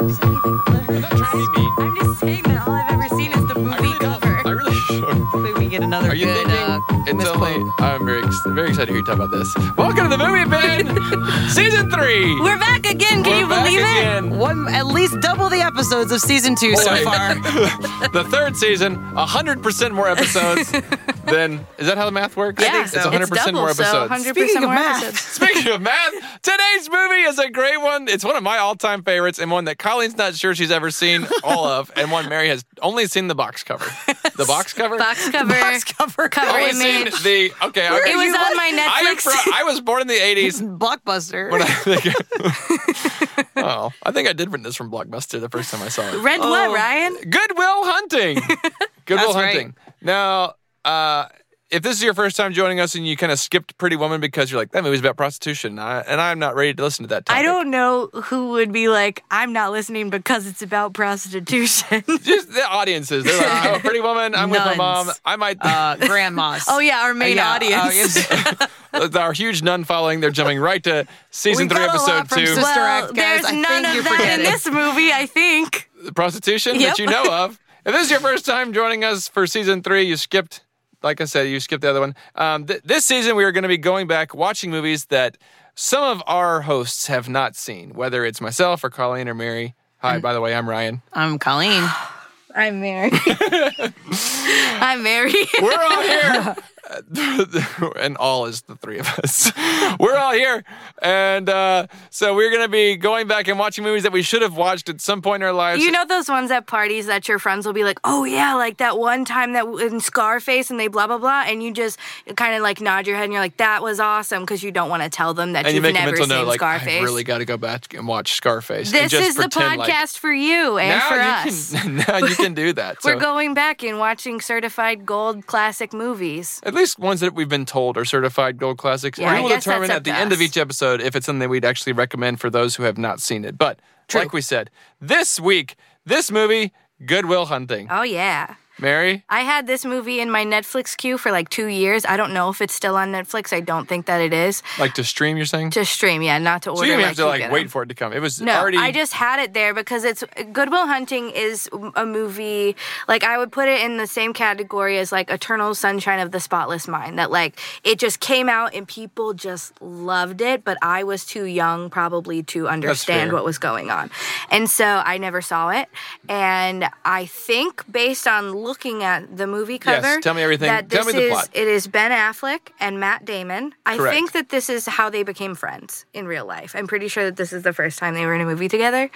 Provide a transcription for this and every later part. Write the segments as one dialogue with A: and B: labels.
A: another
B: Are you
A: good
B: thinking?
A: uh,
B: it's
A: misquote.
B: only. I'm very, ex- very excited to hear you talk about this. Welcome to the movie bin, season three.
A: We're back again. Can
B: We're
A: you
B: back
A: believe it?
B: again.
A: um, One, at least double the episodes of season two so
B: Boy.
A: far.
B: the third season, 100% more episodes than. Is that how the math works?
C: Yeah. think so.
B: It's 100% more
C: double, so
B: episodes.
C: 100%
A: Speaking of
C: more
A: math.
C: episodes.
B: Speaking of math, today's movie is a great one. It's one of my all time favorites and one that Colleen's not sure she's ever seen all of, and one Mary has only seen the box cover. The box cover?
C: Box cover.
A: Box cover.
C: Cover
B: only seen
C: image.
B: the. Okay, okay.
C: It was
A: You
C: on
A: what?
C: my
B: I, am
C: Netflix.
B: fro- I was born in the 80s.
A: Blockbuster.
B: When I, think, oh, I think I did rent this from Blockbuster the first time I saw it.
C: Red what,
B: Oh,
C: Ryan?
B: Goodwill Hunting. Goodwill
A: That's right.
B: Hunting. Now, uh, if this is your first time joining us and you kind of skipped Pretty Woman because you're like, that movie's about prostitution, and, I, and I'm not ready to listen to that topic.
C: I don't know who would be like, I'm not listening because it's about prostitution.
B: Just the audiences. They're like, oh, Pretty Woman, I'm with my
A: Nuns.
B: mom. I might.
A: uh, grandmas.
C: oh, yeah, our main
A: Yeah,
C: audience.
A: oh, yes.
B: our huge nun following, they're jumping right to season
A: We
B: three,
A: Uh, got a lot
B: episode
A: from
B: two.
A: Sister
C: well,
A: Act, guys,
C: there's
A: I think
C: none
A: you're
C: of that in
A: forgetting.
C: this movie, I think.
B: prostitution
C: Yep.
B: that you know of. If this is your first time joining us for season three, you skipped, like I said, you skipped the other one. Um, th- this season, we are going to be going back, watching movies that some of our hosts have not seen, whether it's myself or Colleen or Mary. Hi,
C: Mm.
B: by the way, I'm Ryan.
A: I'm Um, Colleen.
C: I'm Mary. I'm Mary.
B: We're all here. and all is the three of us. We're all here. And uh, so we're going to be going back and watching movies that we should have watched at some point in our lives.
C: You know those ones at parties that your friends will be like, "Oh yeah, like that one time that in Scarface and they blah blah blah," and you just kind of like nod your head and you're like, "That was awesome," because you don't want to tell them that
B: and you
C: you've
B: make a
C: never
B: mental
C: seen
B: note, like,
C: Scarface.
B: I really got to go back and watch Scarface. and
C: this
B: just
C: is the podcast
B: pretend like-
C: for you and for
B: now
C: us.
B: You can, now you can do that. So
C: We're going back and watching certified gold classic movies.
B: at least ones that we've been told are certified gold classics.
C: Yeah,
B: we
C: I
B: will
C: guess that's
B: determine
C: up
B: at the
C: to
B: end of
C: us.
B: each episode if it's something we'd actually recommend for those who have not seen it. But like we said, this week, this movie, Goodwill Hunting.
C: Oh yeah.
B: Mary,
C: I had this movie in my Netflix queue for like two years. I don't know if it's still on Netflix. I don't think that it is.
B: like to stream, you're saying?
C: To stream, yeah, not to order.
B: so you
C: like
B: have to
C: you
B: like
C: get 'em.
B: wait for it to come. It was
C: No,
B: already.
C: I just had it there because it's Goodwill Hunting is a movie like I would put it in the same category as like Eternal Sunshine of the Spotless Mind that like it just came out and people just loved it but I was too young probably to understand
B: fair.
C: what was going on. And so I never saw it and I think based on looking at the movie
B: Yes,
C: cover
B: tell me everything.
C: that
B: Tell
C: this
B: me the
C: is
B: plot.
C: it is Ben Affleck and Matt Damon. I
B: Correct.
C: think that this is how they became friends in real life. I'm pretty sure that this is the first time they were in a movie together.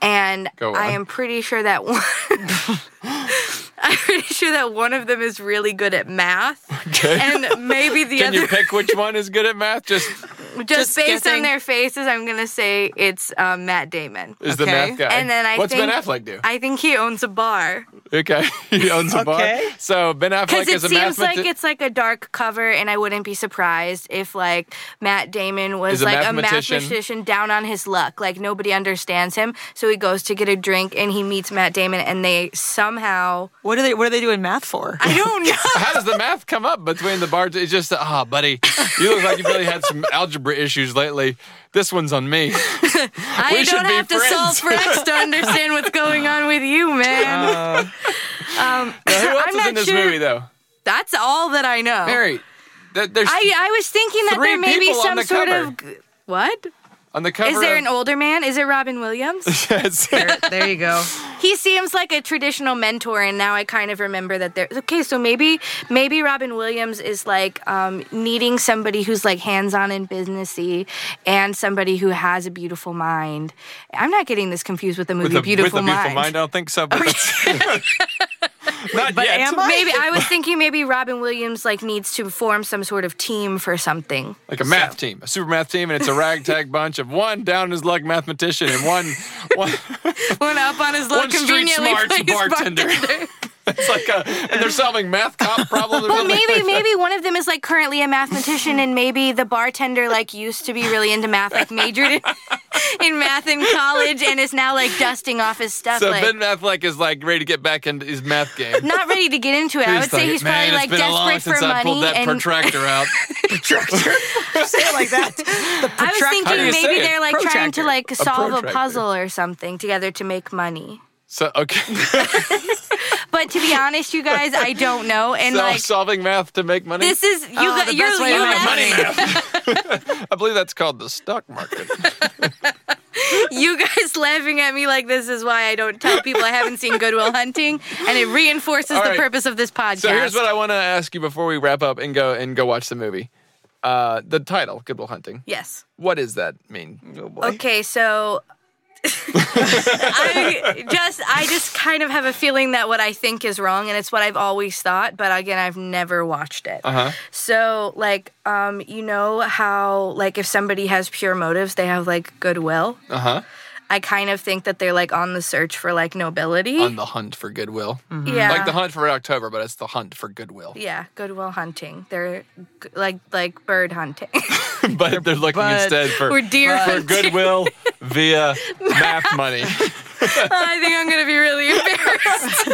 C: And
B: Go
C: I
B: on.
C: am pretty sure that one I'm pretty sure that one of them is really good at math.
B: Okay.
C: And maybe the
B: Can
C: other
B: you pick which one is good at math? Just
C: just,
A: just
C: based
A: guessing?
C: on their faces, I'm gonna say it's um, Matt Damon.
B: is the
A: Okay.
B: math guy.
C: And then I
B: What's
C: think
B: Ben Affleck do?
C: I think he owns a bar.
B: okay, he owns a
A: Okay.
B: bar. So Ben Affleck
C: Because
B: is
C: it
B: a
C: seems like
B: mathematician.
C: it's like a dark cover, and I wouldn't be surprised if like Matt Damon was
B: Is a
C: like
B: mathematician.
C: a mathematician down on his luck. Like nobody understands him, so he goes to get a drink and he meets Matt Damon, and they somehow
A: What are they? What are they doing math for?
C: I don't know.
B: How does the math come up between the bars? It's just, ah, buddy, you look like you've really had some algebra issues lately. This one's on me. We
C: I
B: should
C: don't
B: be
C: have to solve for X to understand what's going on with you, man.
B: Uh,
C: um,
B: Now, who else
C: I'm
B: is
C: not
B: in this
C: sure.
B: movie, though?
C: That's all that I know.
B: Mary, th- there's
C: I I was thinking that
B: Three
C: there may be
B: people on
C: some
B: the
C: sort
B: cover.
C: of g- what.
B: on the cover.
C: Is there
B: of-
C: an older man? Is it Robin Williams?
B: Yes.
A: there, there you go.
C: He seems like a traditional mentor, and now I kind of remember that there. Okay, so maybe maybe Robin Williams is like um, needing somebody who's like hands-on and businessy, and somebody who has a beautiful mind. I'm not getting this confused with the movie
B: with a
C: Beautiful,
B: with a beautiful
C: Mind.
B: mind. I don't think so. But that's- not
A: But
B: yet.
A: am I?
C: Maybe I was thinking maybe Robin Williams like needs to form some sort of team for something.
B: like a math team, a super math team, and it's a ragtag bunch of one down his luck mathematician and one one.
C: One up on his
B: One
C: luck,
B: street
C: conveniently
B: smart
C: placed
B: bartender. It's like a, and they're solving math cop problems. or
C: Well,
B: something.
C: maybe maybe one of them is like currently a mathematician, and maybe the bartender like used to be really into math, like majored in, in math in college, and is now like dusting off his stuff,
B: So
C: like
B: Ben Affleck is like ready to get back into his math game.
C: not ready to get into it. I would say he's
B: "Man,
C: probably
B: it's
C: like
B: been a long
C: desperate
B: since
C: for
B: I pulled
C: money,
B: that
C: and
B: protractor out.
A: Say it like that. The
C: I was
A: protract-
B: do
C: thinking
B: you say
C: maybe
B: it?
C: they're like trying
A: Protractor.
C: to like
B: A
C: solve a
B: protractor.
C: puzzle or something together to make money.
B: So okay,
C: But to be honest, you guys, I don't know. And
B: Sol-
C: like,
B: solving math to make money.
C: this is you.
A: Oh,
C: got,
A: the
C: you're
A: best way to
C: you
A: make
C: guys-
A: money.
B: I believe that's called the stock market.
C: you guys laughing at me like this is why I don't tell people I haven't seen Goodwill Hunting, and it reinforces
B: All
C: the
B: right.
C: purpose of this podcast.
B: So here's what I want to ask you before we wrap up and go and go watch the movie. Uh, the title, Good Will Hunting.
C: yes.
B: What does that mean? Oh boy.
C: Okay, so I just I just kind of have a feeling that what I think is wrong and it's what I've always thought, but again, I've never watched it.
B: Uh-huh.
C: So like um you know how like if somebody has pure motives, they have like goodwill.
B: Uh huh.
C: I kind of think that they're like on the search for like nobility.
B: On the hunt for goodwill.
C: yeah.
B: Like the hunt for October, but it's the hunt for goodwill.
C: Yeah, goodwill hunting. They're g- like like bird hunting
B: but they're looking
A: But-
B: instead for
C: or deer
B: for
C: hunting.
B: goodwill via math money.
C: I think I'm gonna be really embarrassed.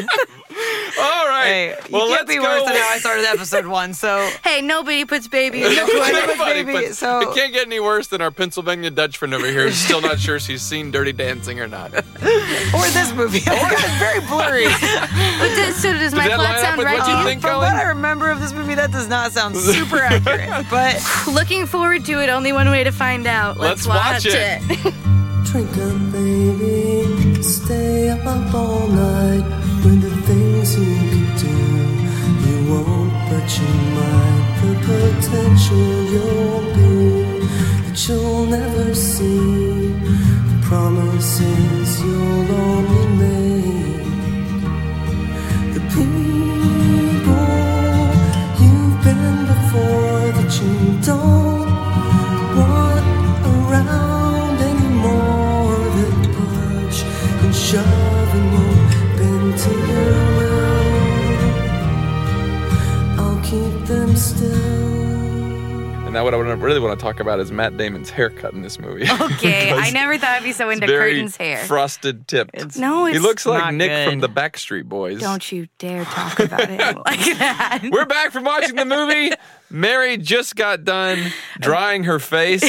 B: All right.
A: Hey, you
B: well,
A: can't
B: let's
A: be
B: go.
A: worse than how I started episode one. So
C: hey, nobody puts baby in the
A: Nobody
C: corner.
A: puts
B: Nobody
A: baby-
B: puts-
A: so-
B: it can't get any worse than our Pennsylvania Dutch friend over here who's still not sure if he's seen Dirty Dancing or not.
A: or this movie. Oh my God, it's very blurry.
C: But does- so does my
B: that line
C: plot
B: up
C: sound
B: with
C: right
B: what
C: to
B: you
C: you?
B: think,
A: From
B: Colin?
A: what I remember of this movie, that does not sound super accurate. But
C: Looking forward to it. Only one way to find out. Let's,
B: Let's watch it.
D: Drink up, baby. Stay up all night with the things you could do. You won't, but you might. The potential you'll be that you'll never see. The promises you'll only make. The people you've been before that you don't want around anymore that push and shove and won't bend to your will. I'll keep them still.
B: And now what I wanna- really want to talk about is Matt Damon's haircut in this movie.
A: Oh,
C: Okay, I never thought I'd be so into
B: Very
C: curtains hair.
B: frosted tip.
C: no, it's
B: he looks like
A: not
B: Nick from the
A: good.
B: Backstreet Boys.
C: Don't you dare talk about it like that.
B: We're back from watching the movie. Mary just got done drying her face.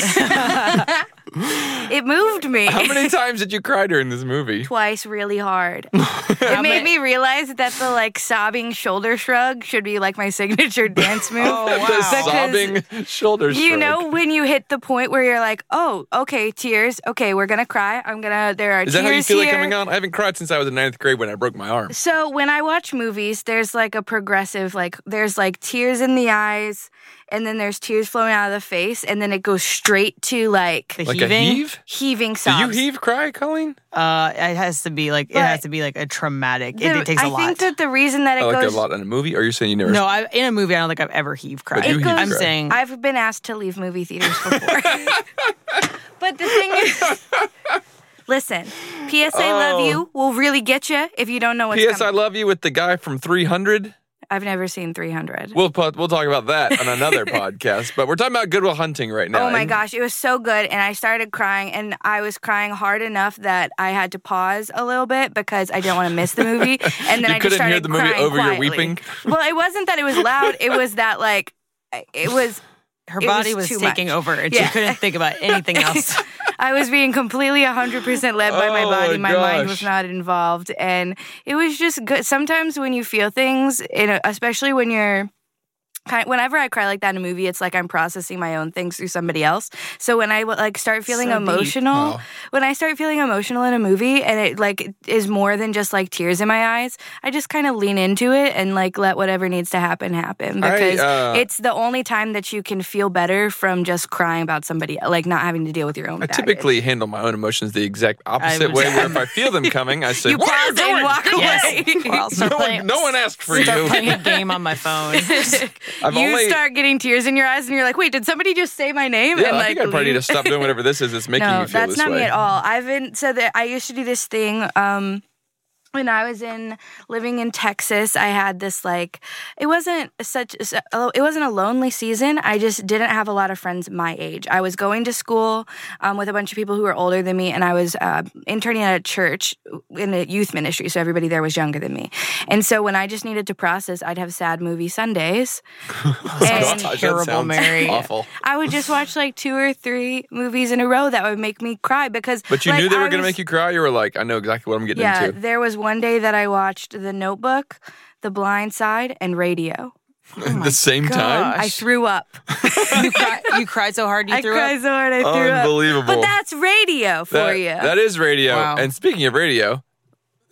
C: It moved me.
B: How many times did you cry during this movie?
C: Twice really hard. it made me realize that the like sobbing shoulder shrug should be like my signature dance move.
A: Oh, wow. The
C: Because-
B: Sobbing shoulders.
C: You know when you hit the point where you're like, oh, okay, tears. Okay, we're gonna cry. I'm gonna. There are
B: Is
C: tears
B: that how you feel
C: here.
B: it coming on? I haven't cried since I was in ninth grade when I broke my arm.
C: So when I watch movies, there's like a progressive, like there's like tears in the eyes, and then there's tears flowing out of the face, and then it goes straight to like
A: the
B: Like
A: heaving.
B: a heave?
C: heaving
B: Do
C: sobs.
B: you heave cry, Colleen?
A: Uh, it has to be like it
C: But-
A: has to be like a traumatic.
C: The-
A: it, it takes a
C: I
A: lot.
C: think that the reason that it
B: I like
C: goes
B: that a lot in a movie. Or are you saying you never?
A: no, I, in a movie, I don't think I've ever heave cried.
B: you heave
A: I'm
B: cried.
A: saying
C: I've been asked to leave movie theaters before. but the thing is, listen, PS I
B: Oh.
C: Love You will really get you if you don't know what's
B: P.S. I
C: coming.
B: love you with the guy from 300.
C: I've never seen 300.
B: We'll put, we'll talk about that on another podcast. But we're talking about Goodwill Hunting right now.
C: Oh my
B: And
C: gosh, it was so good. And I started crying, and I was crying hard enough that I had to pause a little bit because I didn't want to miss the movie. And then
B: You
C: I just
B: couldn't
C: started
B: hear the movie
C: crying
B: over your
C: quietly.
B: weeping?
C: Well, it wasn't that it was loud, it was that, like, it was,
A: her
C: it
A: body
C: was
A: was,
C: too
A: taking
C: much.
A: over, and
C: Yeah.
A: she couldn't think about anything else.
C: I was being completely 100% led by my
B: Oh
C: body.
B: my
C: My mind
B: gosh.
C: was not involved. And it was just good. Sometimes when you feel things, in a, especially when you're. kind- Whenever I cry like that in a movie, it's like I'm processing my own things through somebody else. So when I like start feeling
A: So deep.
C: emotional,
B: Wow.
C: when I start feeling emotional in a movie, and it like is more than just like tears in my eyes, I just kind of lean into it and like let whatever needs to happen happen
B: I,
C: because
B: uh,
C: it's the only time that you can feel better from just crying about somebody, like not having to deal with your own.
B: I
C: baggage.
B: typically handle my own emotions the exact opposite
A: would-
B: way. Where if I feel them coming, I say,
C: you
B: "What are
C: pause and
B: doing?"
C: walk away.
A: yes, or
B: No
A: I'll start
B: one,
A: playing.
B: no one asked for
A: start
B: you.
A: playing a game on my phone.
B: I've
C: you
B: only-
C: start getting tears in your eyes, and you're like, "Wait, did somebody just say my name?"
B: Yeah,
C: and
B: I
C: like,
B: think I probably need
C: leave.
B: to stop doing whatever this is. It's making
C: no,
B: you feel
C: that's
B: this
C: not
B: way.
C: me at all. I've been so that I used to do this thing. Um, when I was in living in Texas, I had this like it wasn't such oh, it wasn't a lonely season. I just didn't have a lot of friends my age. I was going to school um, with a bunch of people who were older than me, and I was uh, interning at a church in a youth ministry, so everybody there was younger than me. And so when I just needed to process, I'd have sad movie Sundays.
B: Gosh,
C: and
B: that
A: Terrible,
B: sounds
A: Mary.
B: Awful.
C: I would just watch like two or three movies in a row that would make me cry because.
B: But you
C: like,
B: knew they
C: I
B: were going
C: was-
B: to make you cry. You were like, I know exactly what I'm getting
C: Yeah,
B: into.
C: there was one day that I watched The Notebook, The Blind Side, and Radio.
B: At the same time.
C: oh I threw up.
A: you, cry, you cried so hard you
C: I
A: threw
C: cried
A: up.
C: so hard I threw up.
B: Unbelievable.
C: But that's radio for
B: That-
C: you.
B: That is radio.
A: Wow.
B: And speaking of radio,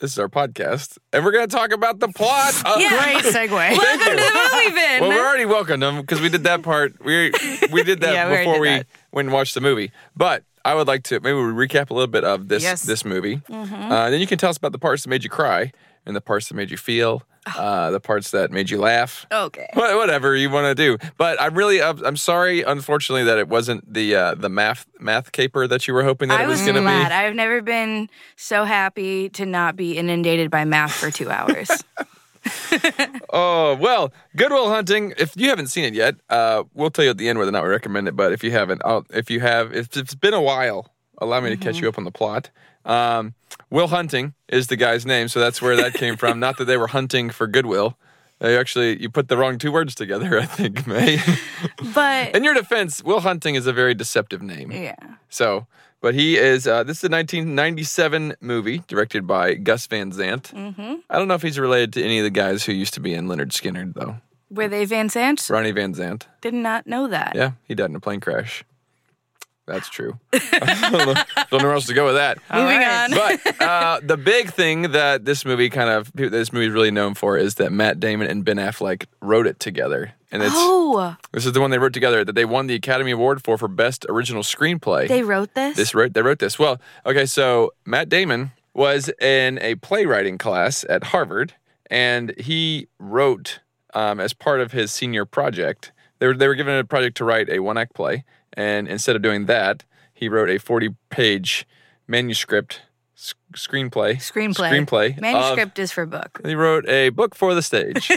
B: this is our podcast, and we're going to talk about the plot. Of-
C: Yeah.
A: Great segue.
C: Welcome to the movie bin.
B: Well, we're already welcome them because we did that part. We we did that
A: Yeah, we already
B: before
A: did
B: we
A: that.
B: went and watched the movie. But I would like to maybe we recap a little bit of this
A: Yes. Mm-hmm.
B: this movie. Uh, then you can tell us about the parts that made you cry and the parts that made you feel,
A: Oh.
B: uh, the parts that made you laugh.
C: okay.
B: Wha- Whatever you want to do, but I'm really I'm I'm sorry, unfortunately, that it wasn't the uh, the math math caper that you were hoping that
C: I
B: it was,
C: was
B: going to be.
C: glad. I've never been so happy to not be inundated by math for two hours.
B: Oh, well, Goodwill Hunting. If you haven't seen it yet, uh, we'll tell you at the end whether or not we recommend it. But if you haven't, I'll, if you have, if it's been a while, allow me to catch you up on the plot. Um, Will Hunting is the guy's name, so that's where that came from. Not that they were hunting for Goodwill. They actually, you put the wrong two words together, I think, May.
C: but
B: In your defense, Will Hunting is a very deceptive name.
C: yeah.
B: So, but he is. Uh, this is a 1997 movie directed by Gus Van Sant. Mm-hmm. I don't know if he's related to any of the guys who used to be in Leonard Skinner, though.
C: Were they Van Sant?
B: Ronnie Van Zant.
C: Did not know that.
B: Yeah, he died in a plane crash. That's true. don't know where else to go with that.
A: Moving
C: right.
A: on.
B: But uh, the big thing that this movie kind of this movie is really known for is that Matt Damon and Ben Affleck wrote it together, and it's
C: Oh,
B: this is the one they wrote together that they won the Academy Award for for Best Original Screenplay.
C: they wrote this?
B: This wrote they wrote this. Well, okay, so Matt Damon was in a playwriting class at Harvard, and he wrote um, as part of his senior project. They were they were given a project to write a one act play, and instead of doing that, he wrote a forty page manuscript sc- screenplay.
C: Screenplay.
B: Screenplay. of-
C: Manuscript is for book.
B: he wrote a book for the stage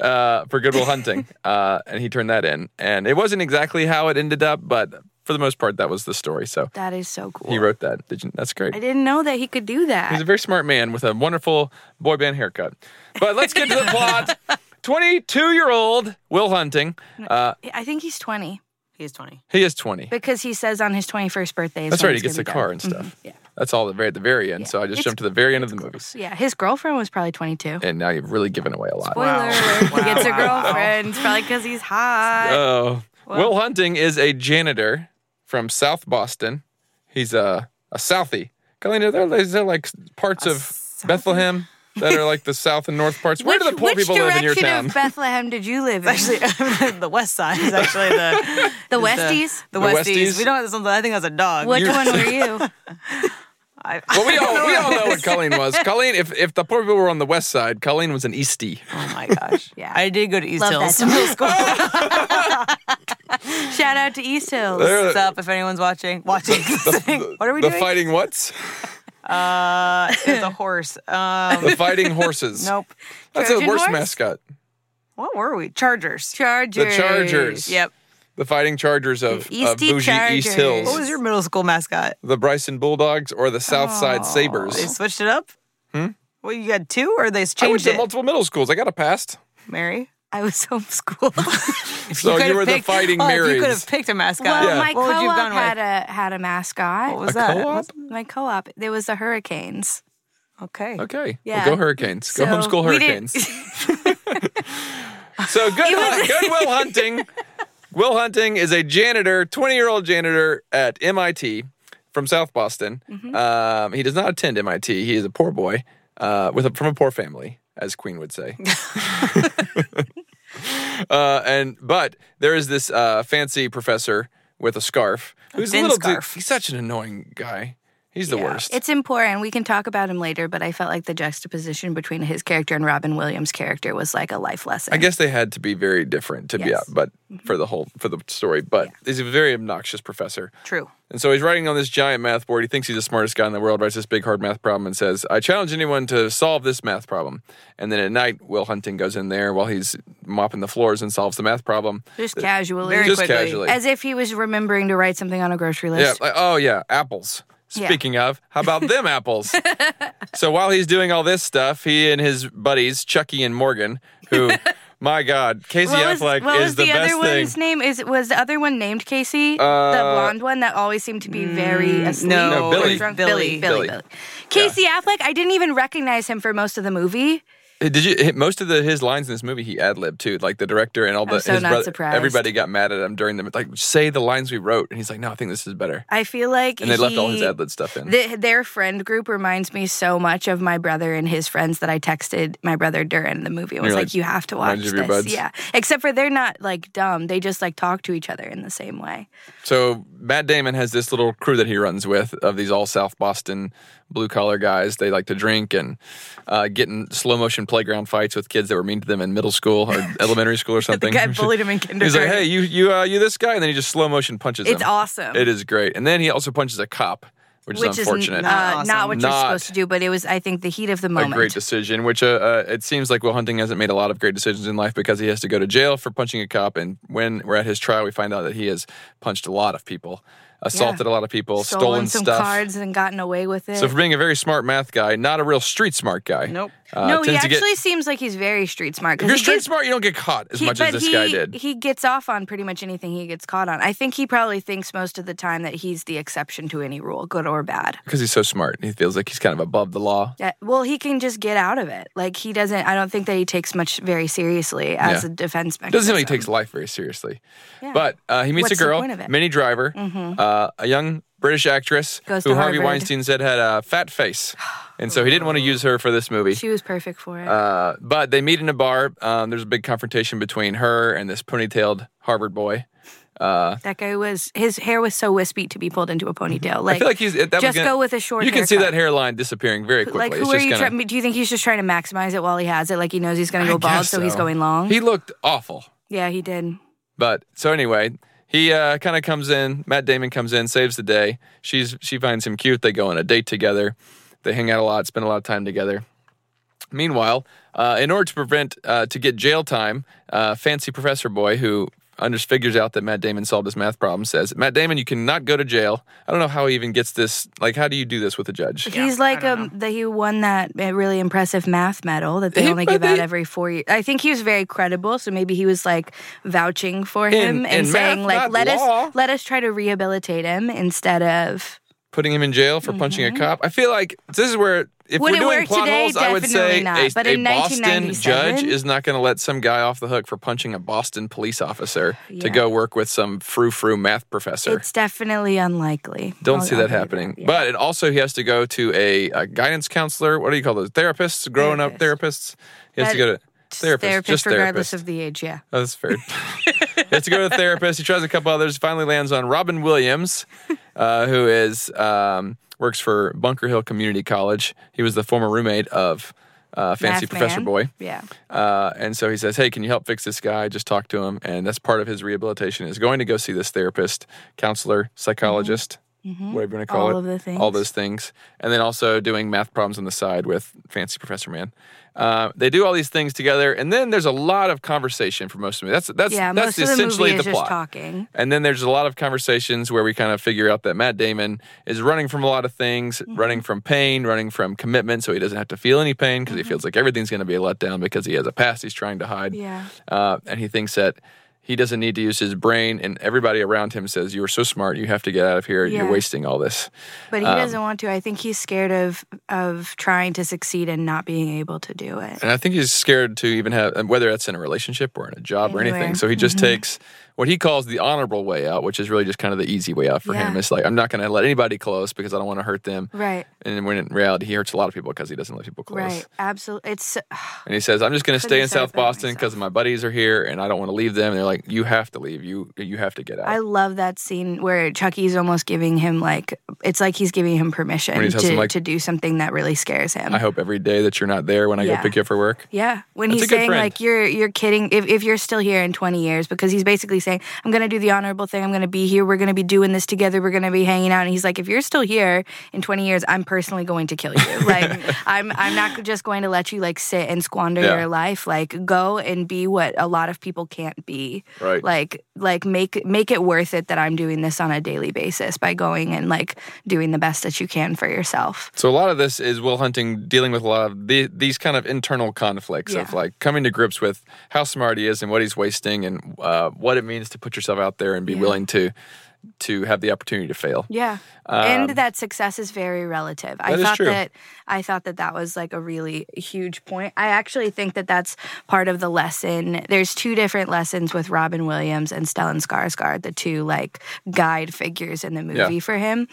B: uh, for Goodwill Hunting, uh, and he turned that in. And it wasn't exactly how it ended up, but for the most part, that was the story. So
C: That is so cool.
B: he wrote that. Did you, that's great.
C: I didn't know that he could do
B: He's a
C: that.
B: very smart man with a wonderful boy band haircut. But let's get to the plot. 22 year old Will Hunting. Uh,
C: I think he's 20
A: He's 20.
B: he is 20.
C: because he says on his 21st birthday. Is
B: That's
C: when
B: right. He
C: it's
B: gets
C: gonna
B: a
C: be
B: car
C: done.
B: and stuff. Yeah. That's all at the very, at the very end. So I just
C: It's-
B: jumped to the very end of the movie.
C: Yeah, his girlfriend was probably 22.
B: And now you've really given away a lot.
C: Spoiler
A: Wow.
C: alert, he
A: Wow,
C: gets a
A: wow, wow.
C: girlfriend. It's probably because he's hot.
B: Oh, Will Hunting is a janitor from South Boston. He's a a Southie. Colleen, there is there like parts of Bethlehem that are like the South and North parts? Where do the poor
C: which
B: people live in your
C: direction
B: town?
C: of Bethlehem did you live in?
A: Actually, the west side is actually the
C: the
A: is
C: Westies?
B: The
A: The, the Westies.
B: Westies?
A: We don't. Have this one, I think that's a dog.
C: Which
B: you're-
C: one were you?
A: I,
B: well, we all we all know what Colleen was. Colleen, if if the poor people were on the West Side, Colleen was an Eastie.
A: oh my gosh.
C: Yeah.
A: I did go to East
C: Love that
A: Hills
C: song.
A: middle school.
C: Shout out to East Hills.
B: There-
A: What's up? If anyone's watching, watching. listening. what are we
B: the
A: doing?
B: fighting what's?
A: Uh, it's a horse. Um,
B: The fighting horses.
A: nope.
B: That's the
C: Trojan
B: worst
C: horse?
B: mascot.
A: What were we? Chargers.
C: Chargers.
B: Chargers.
A: Yep.
B: The fighting chargers of,
C: The
B: of
C: Eastie
B: bougie East
C: Chargers.
B: Hills.
A: What was your middle school mascot?
B: the Bryson Bulldogs or the South Side
A: They
B: Sabers?
A: switched it up. Hmm. Well, you had two, or they changed
B: I went to
A: it.
B: multiple middle schools. I got a past.
A: Mary.
C: I was homeschooled.
B: So you,
A: could've
B: were the
A: picked-
B: fighting
A: well, if
B: Marys.
A: You could have picked a mascot.
C: well, my
A: what would you
C: co-op
A: have gone with?
C: had a had a mascot.
A: What was
B: A
A: that?
B: co-op?
C: my co-op? There was the Hurricanes.
A: Okay.
B: Okay.
C: Yeah.
B: Well, go Hurricanes. go
C: So
B: homeschool
C: we didn't-
B: Hurricanes. so good,
C: was-
B: good Will Hunting. Will Hunting is a janitor, 20 year old janitor at MIT from South Boston. Um, he does not attend MIT. He is a poor boy uh, with a, from a poor family, as Queen would say. uh, and But there is this uh, fancy professor with a scarf who's a
A: thin
B: little
A: scarf.
B: Too, he's such an annoying guy. He's the worst.
C: It's important. We can talk about him later, but I felt like the juxtaposition between his character and Robin Williams' character was like a life lesson.
B: I guess they had to be very different to be
C: Yes.
B: out, but for the whole for the story. But he's a very obnoxious professor,
A: True.
B: and so he's writing on this giant math board. He thinks he's the smartest guy in the world. Writes this big hard math problem and says, "I challenge anyone to solve this math problem." And then at night, Will Hunting goes in there while he's mopping the floors and solves the math problem.
C: just casually,
A: Very
B: Just
A: quickly.
B: casually.
C: as if he was remembering to write something on a grocery
B: Yeah.
C: list.
B: Like, oh yeah, apples.
C: Yeah.
B: Speaking of, how about them apples? so while he's doing all this stuff, he and his buddies Chucky and Morgan, who My God, Casey
C: What was,
B: Affleck
C: what
B: is
C: was the,
B: best
C: other
B: thing. Uh,
C: one's name? Is was the other one named Casey? the blonde one that always seemed to be very asleep
A: no,
C: or
B: Mm, Billy.
C: drunk.
A: Billy.
C: Billy, Billy,
B: Billy.
C: Billy. Casey Affleck. I didn't even recognize him for most of the movie.
B: Did you hit most of the his lines in this movie? He ad libbed too, like the director and all the.
C: I'm so
B: his
C: not
B: brother-
C: surprised.
B: Everybody got mad at him during the like say the lines we wrote, and he's like, "No, I think this is better."
C: I feel like
B: And they left all his
C: he-
B: ad lib stuff in.
C: Th their friend group reminds me so much of my brother and his friends that I texted my brother during the movie. I was
B: You're
C: like,
B: like,
C: "You have to watch
B: reminds you
C: this."
B: of your buds?
C: Yeah, except for they're not like dumb; they just like talk to each other in the same way.
B: So Matt Damon has this little crew that he runs with of these all South Boston blue collar guys. They like to drink and uh, get in slow motion playground fights with kids that were mean to them in middle school or elementary school or
C: The
B: something.
C: guy bullied him in
B: He's
C: kindergarten.
B: like, "Hey, you, you, uh, you, this guy," and then he just slow motion punches
C: it's
B: him.
C: awesome.
B: It is great, and then he also punches a cop, which,
C: which
B: is
C: is
B: unfortunate.
C: uh,
A: Not awesome.
C: not what
B: Not
C: you're supposed to do, but it was, I think, the heat of the
B: a
C: moment.
B: great decision, which uh, uh, it seems like Will Hunting hasn't made a lot of great decisions in life because he has to go to jail for punching a cop. And when we're at his trial, we find out that he has punched a lot of people, assaulted a lot of people,
C: Stolen,
B: stolen,
C: some
B: stuff.
C: cards and gotten away with it.
B: So for being a very smart math guy, not a real street smart guy.
A: Nope.
B: Uh,
C: no, he
B: tends to
C: actually
B: get-
C: seems like he's very street smart. 'cause
B: if you're
C: he
B: street
C: gets-
B: smart, you don't get caught as
C: he-
B: much
C: but
B: as this
C: he,
B: guy did.
C: He gets off on pretty much anything he gets caught on. I think he probably thinks most of the time that he's the exception to any rule, good or bad.
B: Because he's so smart, he feels like he's kind of above the law.
C: Yeah, well, he can just get out of it. Like he doesn't. I don't think that he takes much very seriously as
B: Yeah.
C: a defense mechanism.
B: Doesn't seem like he takes life very seriously.
C: Yeah.
B: But uh, he meets
C: What's
B: a
C: the
B: girl,
C: point of it? Mm-hmm.
B: Minnie Driver, uh, a young British actress
C: Goes
B: who
C: to
B: Harvey
C: Harvard.
B: Weinstein said had a fat face. And so he didn't want to use her for this movie.
C: She was perfect for it.
B: Uh, but they meet in a bar. Um, there's a big confrontation between her and this ponytailed Harvard boy.
C: that guy was. His hair was so wispy to be pulled into a ponytail. Like
B: I feel like he's that was
C: just
B: gonna-
C: go with a short
B: You can see
C: haircut.
B: that hairline disappearing very quickly.
C: Like,
B: It's
C: who are
B: just
C: you?
B: gonna-
C: trying do you think he's just trying to maximize it while he has it? Like he knows he's going to
B: I
C: go bald,
B: guess
C: so. he's going long.
B: He looked awful.
C: yeah, he did.
B: But so anyway, he uh, kind of comes in. Matt Damon comes in, saves the day. She's she finds him cute. They go on a date together. They hang out a lot, spend a lot of time together. Meanwhile, uh, in order to prevent uh, to get jail time, uh, fancy professor boy who under figures out that Matt Damon solved his math problem says, "Matt Damon, you cannot go to jail." I don't know how he even gets this. Like, how do you do this with a judge?
C: he's like um that he won that uh, really impressive math medal that they
B: He-
C: only
B: but
C: give out
B: they-
C: every four years. I think he was very credible, so maybe he was like vouching for
B: In-
C: him and
B: in
C: saying
B: math, not
C: like let
B: law."
C: us let us try to rehabilitate him instead of
B: Putting him in jail for punching a cop. I feel like this is where if
C: Mm-hmm. Would
B: we're
C: it
B: doing
C: work
B: plot
C: today?
B: holes, I would
C: Definitely
B: say
C: not.
B: a,
C: But
B: a
C: in
B: Boston judge
C: 1997?
B: is not going to let some guy off the hook for punching a Boston police officer to
C: Yeah.
B: go work with some frou frou math professor.
C: it's definitely unlikely.
B: Don't
C: I'll-
B: see
C: I'll
B: that
C: give you
B: happening.
C: yeah.
B: But it also he has to go to a, a guidance counselor. What do you call those? Therapists, growing up therapists. He has to
C: That-
B: go to
C: Just
B: therapists, just
C: regardless
B: therapists.
C: of the age. Yeah,
B: That's fair. he has to go to a therapist. He tries a couple others. Finally lands on Robin Williams, uh, who is um, works for Bunker Hill Community College. He was the former roommate of uh, Fancy
C: Math
B: Professor
C: man.
B: Boy.
C: Yeah.
B: Uh, and so he says, "Hey, can you help fix this guy? Just talk to him." And that's part of his rehabilitation is going to go see this therapist, counselor, psychologist, whatever you want to
C: Mm-hmm.
B: call
C: All
B: it,
C: of the things.
B: all those things, and then also doing math problems on the side with fancy professor man. Uh, they do all these things together, and then there's a lot of conversation for most of me. That's that's
C: Yeah,
B: that's
C: most of the
B: essentially
C: movie is
B: the
C: just
B: plot.
C: talking.
B: And then there's a lot of conversations where we kind of figure out that Matt Damon is running from a lot of things,
C: Mm-hmm.
B: running from pain, running from commitment, so he doesn't have to feel any pain because he feels like everything's going to be a letdown because he has a past he's trying to hide.
C: Mm-hmm. Yeah.
B: Uh, and he thinks that he doesn't need to use his brain, and everybody around him says, You are so smart. You have to get out of here. You're
C: Yeah.
B: wasting all this.
C: But he
B: Um,
C: doesn't want to. I think he's scared of of trying to succeed and not being able to do it.
B: And I think he's scared to even have, and whether that's in a relationship or in a job or anything.
C: Anywhere. Mm-hmm.
B: So he just takes what he calls the honorable way out, which is really just kind of the easy way out for him.
C: Yeah.
B: It's like, I'm not going to let anybody close because I don't want to hurt them.
C: Right.
B: And when in reality, he hurts a lot of people because he doesn't let people close.
C: Right. Absolutely. It's
B: And he says, I'm just going
C: Couldn't
B: to stay
C: have
B: in
C: said it
B: South
C: better
B: Boston
C: myself.
B: because my buddies are here and I don't want to leave them. And they're like, You have to leave. You, you have to get out.
C: I love that scene where Chucky's almost giving him like it's like he's giving him permission
B: When he tells
C: to,
B: him, like-
C: to do something that really scares him.
B: I hope every day that you're not there when I go
C: Yeah.
B: pick you up for work.
C: yeah, when
B: That's a
C: he's
B: good
C: saying
B: friend.
C: like you're you're kidding if, if you're still here in 20 years because he's basically saying I'm going to do the honorable thing. I'm going to be here. We're going to be doing this together. We're going to be hanging out and he's like if you're still here in 20 years, I'm personally going to kill you. like I'm I'm not just going to let you like sit and squander
B: Yeah.
C: your life. Like go and be what a lot of people can't be.
B: Right.
C: Like like make make it worth it that I'm doing this on a daily basis by going and like doing the best that you can for yourself.
B: So a lot of this is Will Hunting dealing with a lot of the, these kind of internal conflicts of
C: Yeah.
B: like coming to grips with how smart he is and what he's wasting and uh, what it means to put yourself out there and be willing to to have the opportunity to fail.
C: Yeah. and that success is very relative. I
B: Um, That is
C: thought
B: true.
C: that I thought that that was like a really huge point. I actually think that that's part of the lesson. There's two different lessons with Robin Williams and Stellan Skarsgård, the two like guide figures in the movie for him.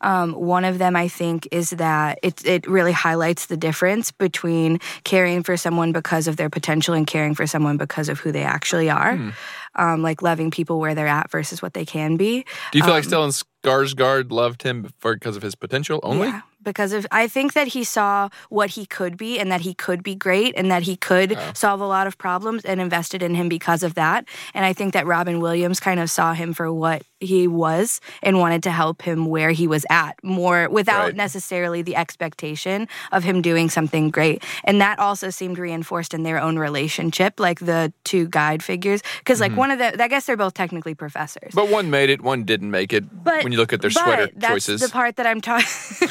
C: Um, one of them, I think, is that it it really highlights the difference between caring for someone because of their potential and caring for someone because of who they actually are.
B: Hmm.
C: Um, like loving people where they're at versus what they can be.
B: Do you feel like
C: um,
B: Stellan Skarsgård loved him for because of his potential only?
C: Yeah, because of I think that he saw what he could be and that he could be great and that he could solve a lot of problems and invested in him because of that. And I think that Robin Williams kind of saw him for what he was and wanted to help him where he was at more without
B: Right.
C: necessarily the expectation of him doing something great. And that also seemed reinforced in their own relationship, like the two guide figures. Because like one of the I guess they're both technically professors.
B: But one made it, one didn't make it.
C: But
B: when you look at their
C: but
B: sweater
C: that's
B: choices,
C: the part that I'm talking.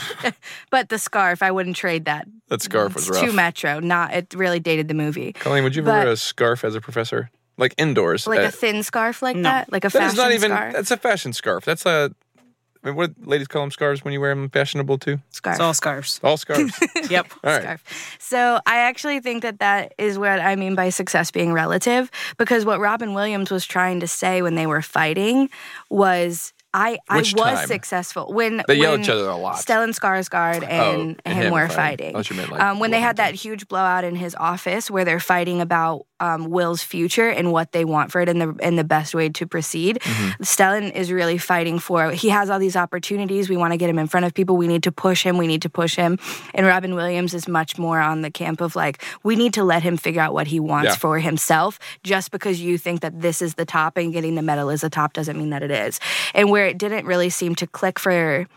C: but the scarf, I wouldn't trade that.
B: that scarf was
C: It's
B: rough.
C: too metro. Not it really dated the movie.
B: Colleen, would you ever
C: But-
B: wear a scarf as a professor, like indoors?
C: Like
B: Uh,
C: a thin scarf like that, like a
B: that
C: fashion
B: is not even.
C: scarf.
B: That's a fashion scarf. That's a. I mean, what do ladies call them scarves when you wear them fashionable too?
C: scarf.
A: It's all scarves.
B: All scarves.
A: Yep.
B: All right.
C: scarf. So I actually think that that is what I mean by success being relative, because what Robin Williams was trying to say when they were fighting was. I, I was
B: Which time?
C: successful when
B: They yell
C: when
B: at each other a lot. Oh,
C: Stellan Skarsgård and,
B: and
C: him,
B: him
C: were
B: fighting. I
C: fighting.
B: thought you meant, like,
C: um, when
B: Will
C: they had that huge blowout in his office, where they're fighting about um, Will's future and what they want for it and the and the best way to proceed. Stellan is really fighting for. He has all these opportunities. We want to get him in front of people. We need to push him. We need to push him. And Robin Williams is much more on the camp of like, we need to let him figure out what he wants
B: Yeah.
C: for himself. Just because you think that this is the top and getting the medal is the top doesn't mean that it is. And where it didn't really seem to click for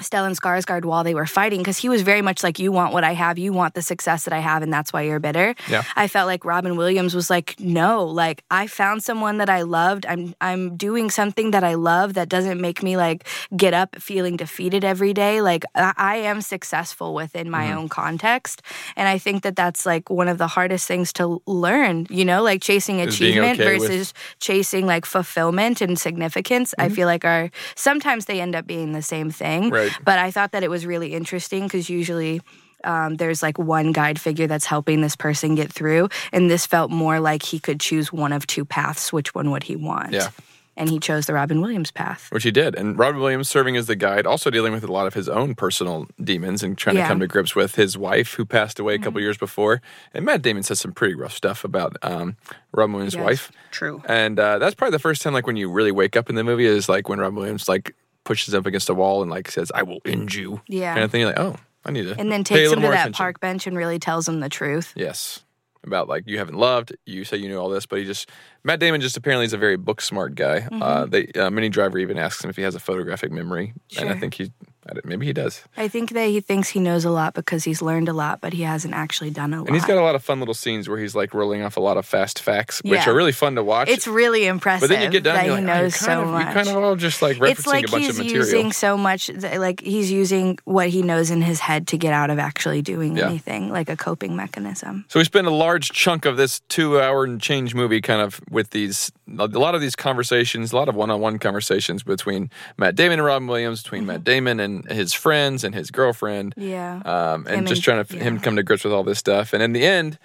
C: Stellan Skarsgård while they were fighting because he was very much like, You want what I have, you want the success that I have, and that's why you're bitter.
B: Yeah.
C: I felt like Robin Williams was like, No, like I found someone that I loved. I'm I'm doing something that I love that doesn't make me like get up feeling defeated every day. Like I, I am successful within my
B: Mm-hmm.
C: own context. And I think that that's like one of the hardest things to learn, you know, like chasing
B: Is being
C: achievement
B: okay with-
C: versus chasing like fulfillment and significance i feel like are sometimes they end up being the same thing
B: Mm-hmm. Right.
C: but i thought that it was really interesting because usually um, there's like one guide figure that's helping this person get through and this felt more like he could choose one of two paths which one would he want
B: Yeah.
C: and he chose the robin williams path
B: Which he did. And Robin Williams serving as the guide, also dealing with a lot of his own personal demons and trying to
C: Yeah. Mm-hmm.
B: come to grips with his wife who passed away a couple years before. And Matt Damon says some pretty rough stuff about um, Robin Williams'
C: Yes.
B: wife.
A: True.
B: And uh, that's probably the first time like when you really wake up in the movie is like when Robin Williams like pushes up against a wall and like says, I will end you.
C: Yeah.
B: Kind of thing. You're like, oh, I need to
C: and then
B: pay a
C: takes
B: little
C: him to
B: more
C: that
B: attention.
C: park bench and really tells him the truth
B: Yes. About like you haven't loved, you say you knew all this, but he just Matt Damon just apparently is a very book smart guy.
C: Mm-hmm.
B: Uh, they uh, Minnie Driver even asks him if he has a photographic memory, and I
C: Sure.
B: think he I don't- maybe he does.
C: i think that he thinks he knows a lot because he's learned a lot but he hasn't actually done a lot
B: And he's got a lot of fun little scenes where he's like rolling off a lot of fast facts, which
C: Yeah.
B: are really fun to watch.
C: it's really impressive
B: but then you get done,
C: that
B: and you're
C: he
B: like, oh, you're
C: knows
B: kind
C: so
B: of,
C: much
B: You kind of all just like referencing
C: it's like
B: a bunch
C: he's
B: of material.
C: using so much th- like he's using what he knows in his head to get out of actually doing
B: Yeah.
C: anything like a coping mechanism
B: So we spend a large chunk of this two-hour and change movie kind of with these a lot of these conversations, a lot of one-on-one conversations between Matt Damon and Robin Williams, between
C: Mm-hmm.
B: Matt Damon and his friends and his girlfriend,
C: yeah
B: um, and
C: Him
B: just
C: and-
B: trying to
C: yeah.
B: him come to grips with all this stuff. And in the end,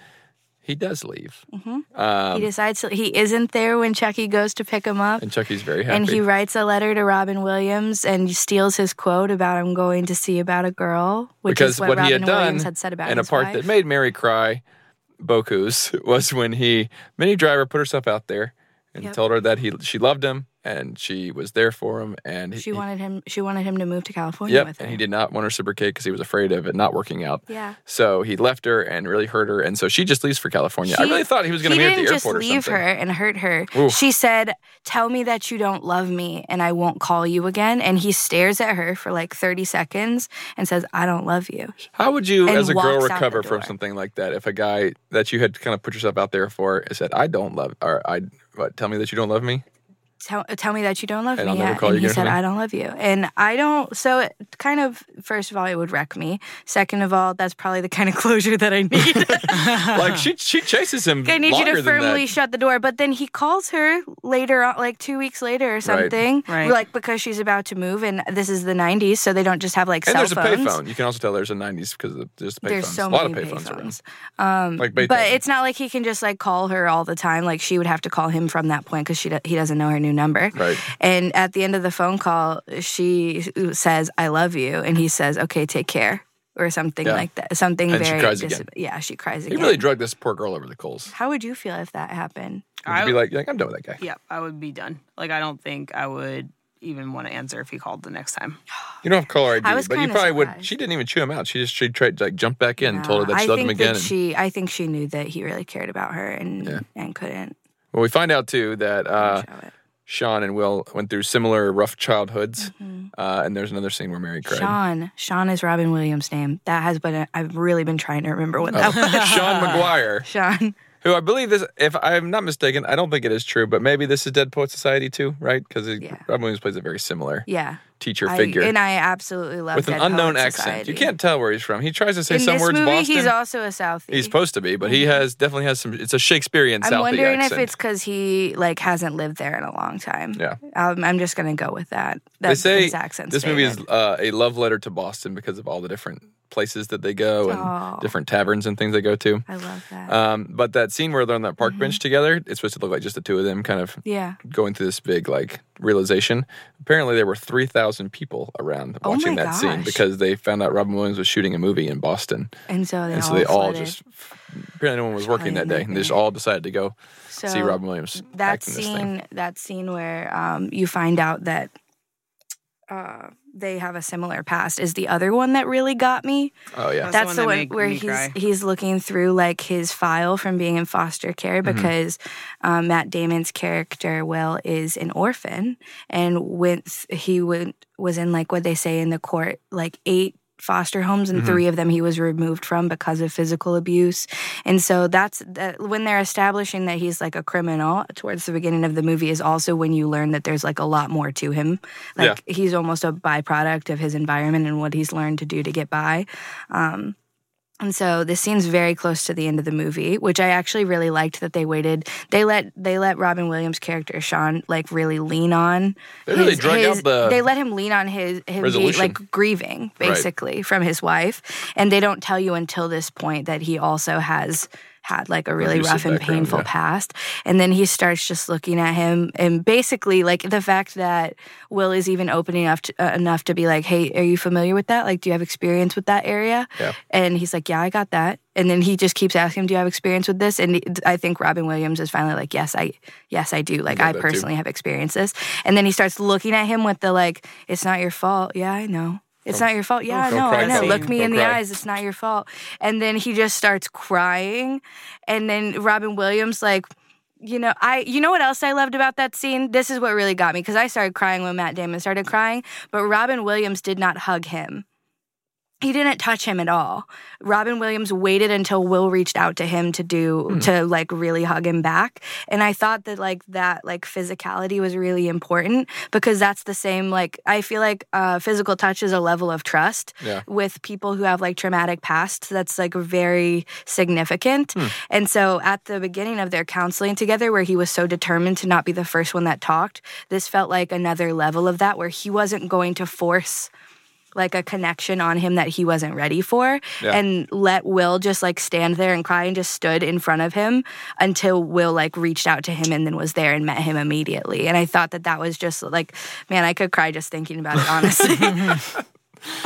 B: he does leave,
C: Mm. he decides to- he isn't there when chucky goes to pick him up
B: Um, and Chucky's very happy.
C: and he writes a letter to robin williams and steals his quote about i'm going to see about a girl which
B: because
C: is what,
B: what,
C: robin
B: he had done
C: williams had said about
B: in a
C: his
B: part
C: wife.
B: that made Mary cry, Boku's, was when he Minnie Driver put herself out there and
C: Yep.
B: told her that he she loved him and she was there for him. And he,
C: She wanted him. She wanted him to move to California
B: yep,
C: with her.
B: and he did not want to reciprocate because he was afraid of it not working out.
C: Yeah.
B: So he left her and really hurt her, and so she just leaves for California. I
C: She-
B: really thought he was going to
C: he
B: meet her at the
C: didn't
B: airport or
C: just leave
B: something.
C: her and hurt her.
B: Oof.
C: She said, "Tell me that you don't love me, and I won't call you again." And he stares at her for like thirty seconds and says, "I don't love you."
B: How would you,
C: and
B: as a girl,
C: walks out the
B: recover from
C: door.
B: something like that if a guy that you had kind of put yourself out there for said, "I don't love," or "I what, tell me that you don't love me"?
C: tell, tell me that you don't love
B: And
C: me
B: I'll never
C: yet.
B: call
C: and
B: you
C: he
B: again or
C: said,
B: something?
C: I don't love you. And I don't, so it kind of, first of all, it would wreck me. Second of all, that's probably the kind of closure that I need.
B: like she she chases him.
C: I need you
B: longer
C: to
B: than
C: firmly
B: that.
C: shut the door. But then he calls her later on, like two weeks later or something.
A: Right.
C: Like because she's about to move and this is the 90s, so they don't just have like
B: And
C: cell
B: there's a
C: phones.
B: payphone. You can also tell there's a '90s because of just payphones.
C: There's so
B: a lot of
C: many
B: payphones around.
C: payphones.
B: like
C: But
B: Beethoven.
C: it's not like he can just like call her all the time. Like she would have to call him from that point because she do- he doesn't know her new number.
B: Right.
C: And at the end of the phone call, she says, "I love you," and he says, "Okay, take care," or something
B: Yeah.
C: like that. Something
B: And she
C: very.
B: cries again.
C: Yeah, she cries
B: He
C: again.
B: really drug this poor girl over the coals.
C: How would you feel if that happened?
B: You'd
A: I-
B: be like, you're like, I'm done with that guy.
A: Yeah, I would be done. Like, I don't think I would even want to answer if he called the next time.
B: You don't have caller ID,
C: I was
B: but you
C: kinda
B: probably would.
C: surprised.
B: She didn't even chew him out. She just she tried to like jump back in, and told her
C: Uh,
B: that she
C: I
B: loved him
C: think
B: again.
C: That
B: and-
C: she, I think she knew that he really cared about her and and couldn't
B: well, we find out too that uh,
C: show it.
B: Sean and Will went through similar rough childhoods, uh, and there's another scene where Mary cried.
C: Mm-hmm. Sean, Sean is Robin Williams' name. That has been. A, I've really been trying to remember
B: Oh.
C: what that was.
B: Sean McGuire,
C: Sean.
B: who I believe this, if I'm not mistaken, I don't think it is true, but maybe this is Dead Poet Society too, right? Because
C: Yeah.
B: Robin Williams plays a very similar
C: Yeah.
B: teacher
C: I-
B: figure
C: and I absolutely love
B: with an
C: Dead
B: unknown
C: Poets
B: accent.
C: Society.
B: You can't tell where he's from. He tries to say
C: In
B: some
C: this
B: words
C: movie,
B: Boston.
C: he's also a Southie.
B: He's supposed to be, but he has definitely has some. It's a Shakespearean
C: I'm
B: Southie
C: wondering
B: accent.
C: if it's because he like hasn't lived there in a long time.
B: Yeah.
C: um, I'm just gonna go with that. That's
B: they say
C: his accent's
B: this movie is
C: faded.
B: uh, a love letter to Boston because of all the different places that they go and
C: Oh.
B: different taverns and things they go to.
C: I love that.
B: Um, but that scene where they're on that park
C: Mm-hmm.
B: bench together, it's supposed to look like just the two of them kind of
C: yeah.
B: going through this big like realization. Apparently, there were three thousand people around
C: Oh
B: watching
C: my
B: that scene
C: gosh.
B: because they found out Robin Williams was shooting a movie in Boston,
C: And so they
B: and
C: all,
B: so they all
C: flooded.
B: just apparently no one was working that
C: probably
B: day, and they just all decided to go
C: so
B: see Robin Williams.
C: That
B: acting this thing.
C: scene, that scene where um, you find out that uh, they have a similar past is the other one that really got me.
B: Oh yeah,
A: That's
C: That's the
A: the one
C: one,
A: that made
C: where
A: me
C: he's
A: cry.
C: he's looking through like his file from being in foster care because um, Matt Damon's character Will is an orphan and went th- he went was in like what they say in the court like eight foster homes and three of them he was removed from because of physical abuse and so that's that, when they're establishing that he's like a criminal towards the beginning of the movie is also when you learn that there's like a lot more to him like he's almost a byproduct of his environment and what he's learned to do to get by um, and so this scene's very close to the end of the movie, which I actually really liked that they waited. They let they let Robin Williams' character Sean like really lean on.
B: They really drug out the
C: They let him lean on his him be,
B: resolution.
C: like grieving
B: Right.
C: basically from his wife, and they don't tell you until this point that he also has had like a really
B: Abusive
C: rough and
B: background,
C: painful
B: yeah.
C: past. And then he starts just looking at him, and basically like the fact that Will is even opening up to, uh, enough to be like, "Hey, are you familiar with that? Like, do you have experience with that area?"
B: Yeah.
C: And he's like, Yeah, I got that. And then he just keeps asking, Do you have experience with this? And I think Robin Williams is finally like, Yes, I yes, I do. Like
B: got
C: I
B: that too.
C: personally have experienced this. And then he starts looking at him with the like, It's not your fault. Yeah, I know.
B: Oh,
C: It's not your fault. Yeah, I
B: don't
C: know.
B: cry,
C: I know.
A: Colleen.
C: Look me
B: Don't
C: in the
B: cry.
C: eyes. It's not your fault. And then he just starts crying. And then Robin Williams like you know, I you know what else I loved about that scene? This is what really got me because I started crying when Matt Damon started crying, but Robin Williams did not hug him. He didn't touch him at all. Robin Williams waited until Will reached out to him to do to like really hug him back. And I thought that like that like physicality was really important because that's the same like I feel like uh, physical touch is a level of trust
B: Yeah.
C: with people who have like traumatic pasts that's like very significant. And so at the beginning of their counseling together, where he was so determined to not be the first one that talked, this felt like another level of that where he wasn't going to force like a connection on him that he wasn't ready for
B: Yeah.
C: and let Will just like stand there and cry and just stood in front of him until Will like reached out to him and then was there and met him immediately and I thought that that was just like man I could cry just thinking about it honestly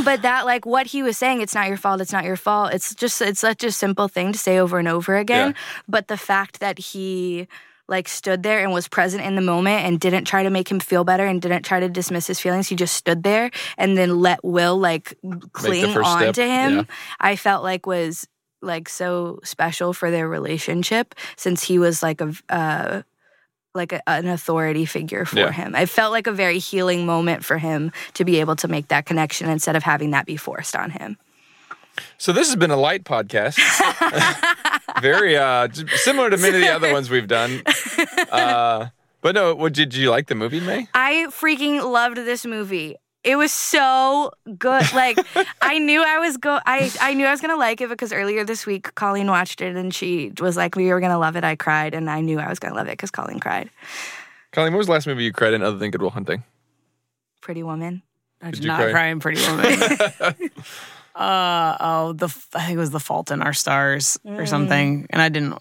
C: but that like what he was saying it's not your fault it's not your fault it's just it's such a simple thing to say over and over again
B: Yeah.
C: but the fact that he like stood there and was present in the moment and didn't try to make him feel better and didn't try to dismiss his feelings. He just stood there and then let Will like cling
B: first
C: on
B: step,
C: to him.
B: yeah.
C: I felt like was like so special for their relationship since he was like a v- uh like a, an authority figure for
B: Yeah.
C: him. It felt like a very healing moment for him to be able to make that connection instead of having that be forced on him.
B: So this has been a light podcast. Very uh, j- similar to many of the other ones we've done. Uh, but no, what, did you like the movie, May?
C: I freaking loved this movie. It was so good. Like I knew I was go I, I knew I was gonna like it because earlier this week Colleen watched it and she was like, We were gonna love it. I cried and I knew I was gonna love it because Colleen cried.
B: Colleen, what was the last movie you cried in other than Good Will Hunting?
C: Pretty woman.
A: I did
B: you
A: not
B: cry?
A: cry? in Pretty Woman. uh oh, the f- I think it was The Fault in Our Stars
C: Mm.
A: or something, and I didn't.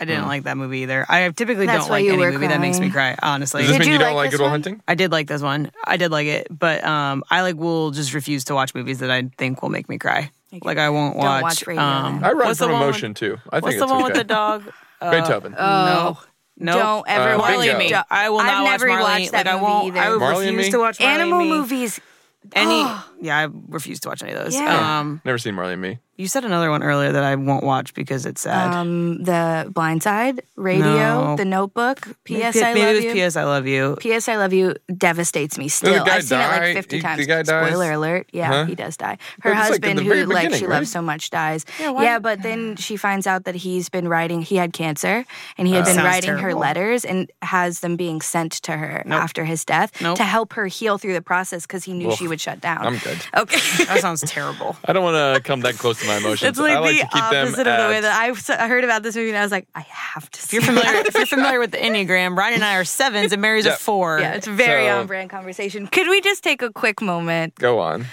A: I didn't
B: Oh.
A: like that movie either. I typically
C: That's
A: don't
C: why
A: like
C: you
A: any
C: were
A: movie that makes me cry. Honestly,
B: Does this
C: Did
B: mean you,
C: you
B: don't
C: like
B: like
C: this
B: Good Will
C: one?
B: Hunting?
A: I did like this one. I did like it, but um, I like will just refuse to watch movies that I think will make me cry. Like I won't
C: Don't
A: watch.
C: watch radio
A: um,
C: then.
B: I run
A: what's the
B: from
A: one with-
B: emotion too. I think
A: What's
B: it's
A: the one
B: okay.
A: with the dog?
B: Beethoven.
C: Uh,
A: no, no.
C: Oh, Don't ever
B: Uh,
C: watch
A: Marley and
B: Bingo.
A: me. I will
C: I've
A: not watch
C: never
A: Marley.
C: watched that
A: like, I
C: movie
A: won't.
C: either.
A: I would
B: Marley and
A: refuse
B: Me?
A: to watch Marley and
C: Animal
A: Me.
C: movies.
A: Any? yeah, I refuse to watch any of those.
C: Yeah.
A: Um,
B: Never seen Marley and Me.
A: you said another one earlier that I won't watch because it's sad.
C: Um the blind side, radio,
A: No.
C: the notebook, PS
A: maybe,
C: I
A: maybe
C: love
A: it was
C: you.
A: P.S. I love you.
C: P.S. I Love You devastates me still.
B: guy
C: I've seen it
B: die?
C: like 50
B: He-
C: times.
B: the guy dies?
C: Spoiler alert. Yeah,
B: Huh?
C: he does die. Her
B: But it's, like, in
C: husband,
B: the very
C: who like she
B: beginning, right?
C: loves so much, dies. Yeah, but then she finds out that he's been writing, he had cancer, and he
B: Uh.
C: had been
A: Sounds
C: writing her
A: terrible.
C: letters and has them being sent to her after his death
A: Nope.
C: to help her heal through the process because he knew she would shut down.
B: I'm good.
C: Okay.
A: That sounds terrible.
B: I don't want to come that close to my emotions.
C: It's like,
B: I like
C: the
B: to keep them
C: opposite of the way
B: at-
C: that I s- I heard about this movie, and I was like, I have to
A: If
C: see.
A: you're
C: it.
A: familiar, if you're familiar with the Enneagram, Ryan and I are sevens, and Mary's
B: Yeah.
A: a four.
C: Yeah, it's very
B: So-
C: on brand conversation. Could we just take a quick moment
B: Go on.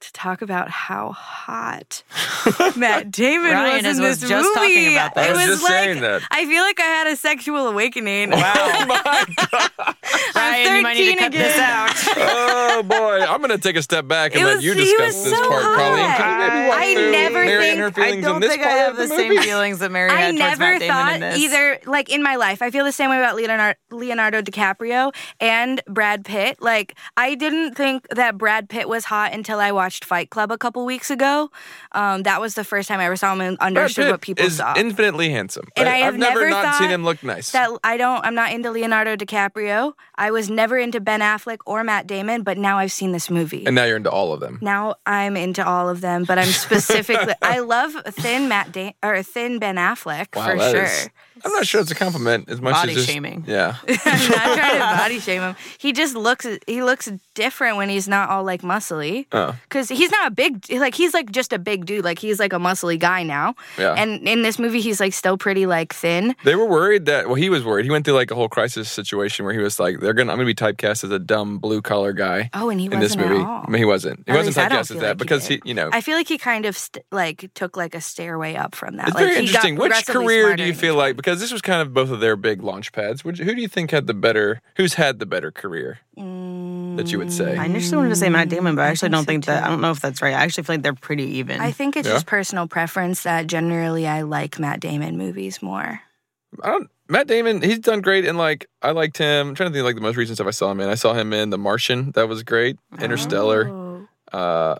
C: to talk about how hot Matt Damon
A: Ryan
C: was
A: is-
C: in
A: was
C: this
A: just
C: movie.
A: talking about
C: It
A: that. I was
C: was
B: just
C: like
B: saying that.
C: I feel like I had a sexual awakening.
B: Oh my
A: Ryan, you might need
C: 13
A: to cut this
C: again.
A: out.
B: oh boy, I'm gonna take a step back and
C: It
B: let
C: was-
B: you
C: he
B: discuss
C: was
B: this
C: so
B: part, Colleen. Can you maybe walk
C: hot. I
B: through
C: never
B: Mary and
C: think-
B: her
A: I
B: feelings in
A: don't
B: this
A: think I
B: part
A: have
B: of
A: the,
B: the
A: same
B: movie?
A: feelings that Mary
C: I
A: had towards
C: never
A: Matt Damon
C: thought
A: in this.
C: either, like in my life, I feel the same way about Leonardo, Leonardo DiCaprio and Brad Pitt. Like, I didn't think that Brad Pitt was hot until I watched Fight Club a couple weeks ago. Um, that was the first time I ever saw him and
B: Brad
C: understood
B: Pitt
C: what people
B: is
C: saw.
B: infinitely handsome.
C: And I
B: have
C: have
B: never,
C: never
B: not seen
C: thought
B: him look nice.
C: that I don't I'm not into Leonardo DiCaprio. I was never into Ben Affleck or Matt Damon, but now I've seen this movie.
B: and now you're into all of them.
C: now I'm into all of them, but I'm specifically I love thin Matt da- or thin Ben Affleck for
B: that
C: sure.
B: is- I'm not sure it's a compliment as much
A: Body
B: as just,
A: shaming.
B: Yeah.
C: I'm not trying to body shame him. He just looks he looks different when he's not all like muscly.
B: Oh.
C: Cause he's not a big like he's like just a big dude. Like he's like a muscly guy now.
B: Yeah.
C: And in this movie he's like still pretty like thin.
B: They were worried that well, he was worried. He went through like a whole crisis situation where he was like, "They're gonna, I'm gonna be typecast as a dumb blue collar guy."
C: Oh, and he
B: in this
C: wasn't at
B: movie,
C: all.
B: I mean, he wasn't. He
C: Or at
B: wasn't
C: least I don't
B: typecast as
C: feel
B: that
C: like he
B: because he,
C: did.
B: you know,
C: I feel like he kind of st- like took like a stairway up from that.
B: it's
C: like
B: very
C: he
B: interesting.
C: Got
B: Which
C: progressively
B: career
C: smarter
B: do you
C: and-
B: feel like? Because this was kind of both of their big launch pads. Which, who do you think had the better? Who's had the better career? that
C: Mm,
B: you would say.
A: I initially wanted to say Matt Damon, but I actually don't think that. I don't know if that's right. I actually feel like they're pretty even.
C: I think it's
B: Yeah.
C: just personal preference that generally I like Matt Damon movies more.
B: I don't. Matt Damon, he's done great, and like I liked him. I'm trying to think of, like the most recent stuff I saw him in. I saw him in The Martian. That was great. Interstellar.
C: Oh,
B: Uh,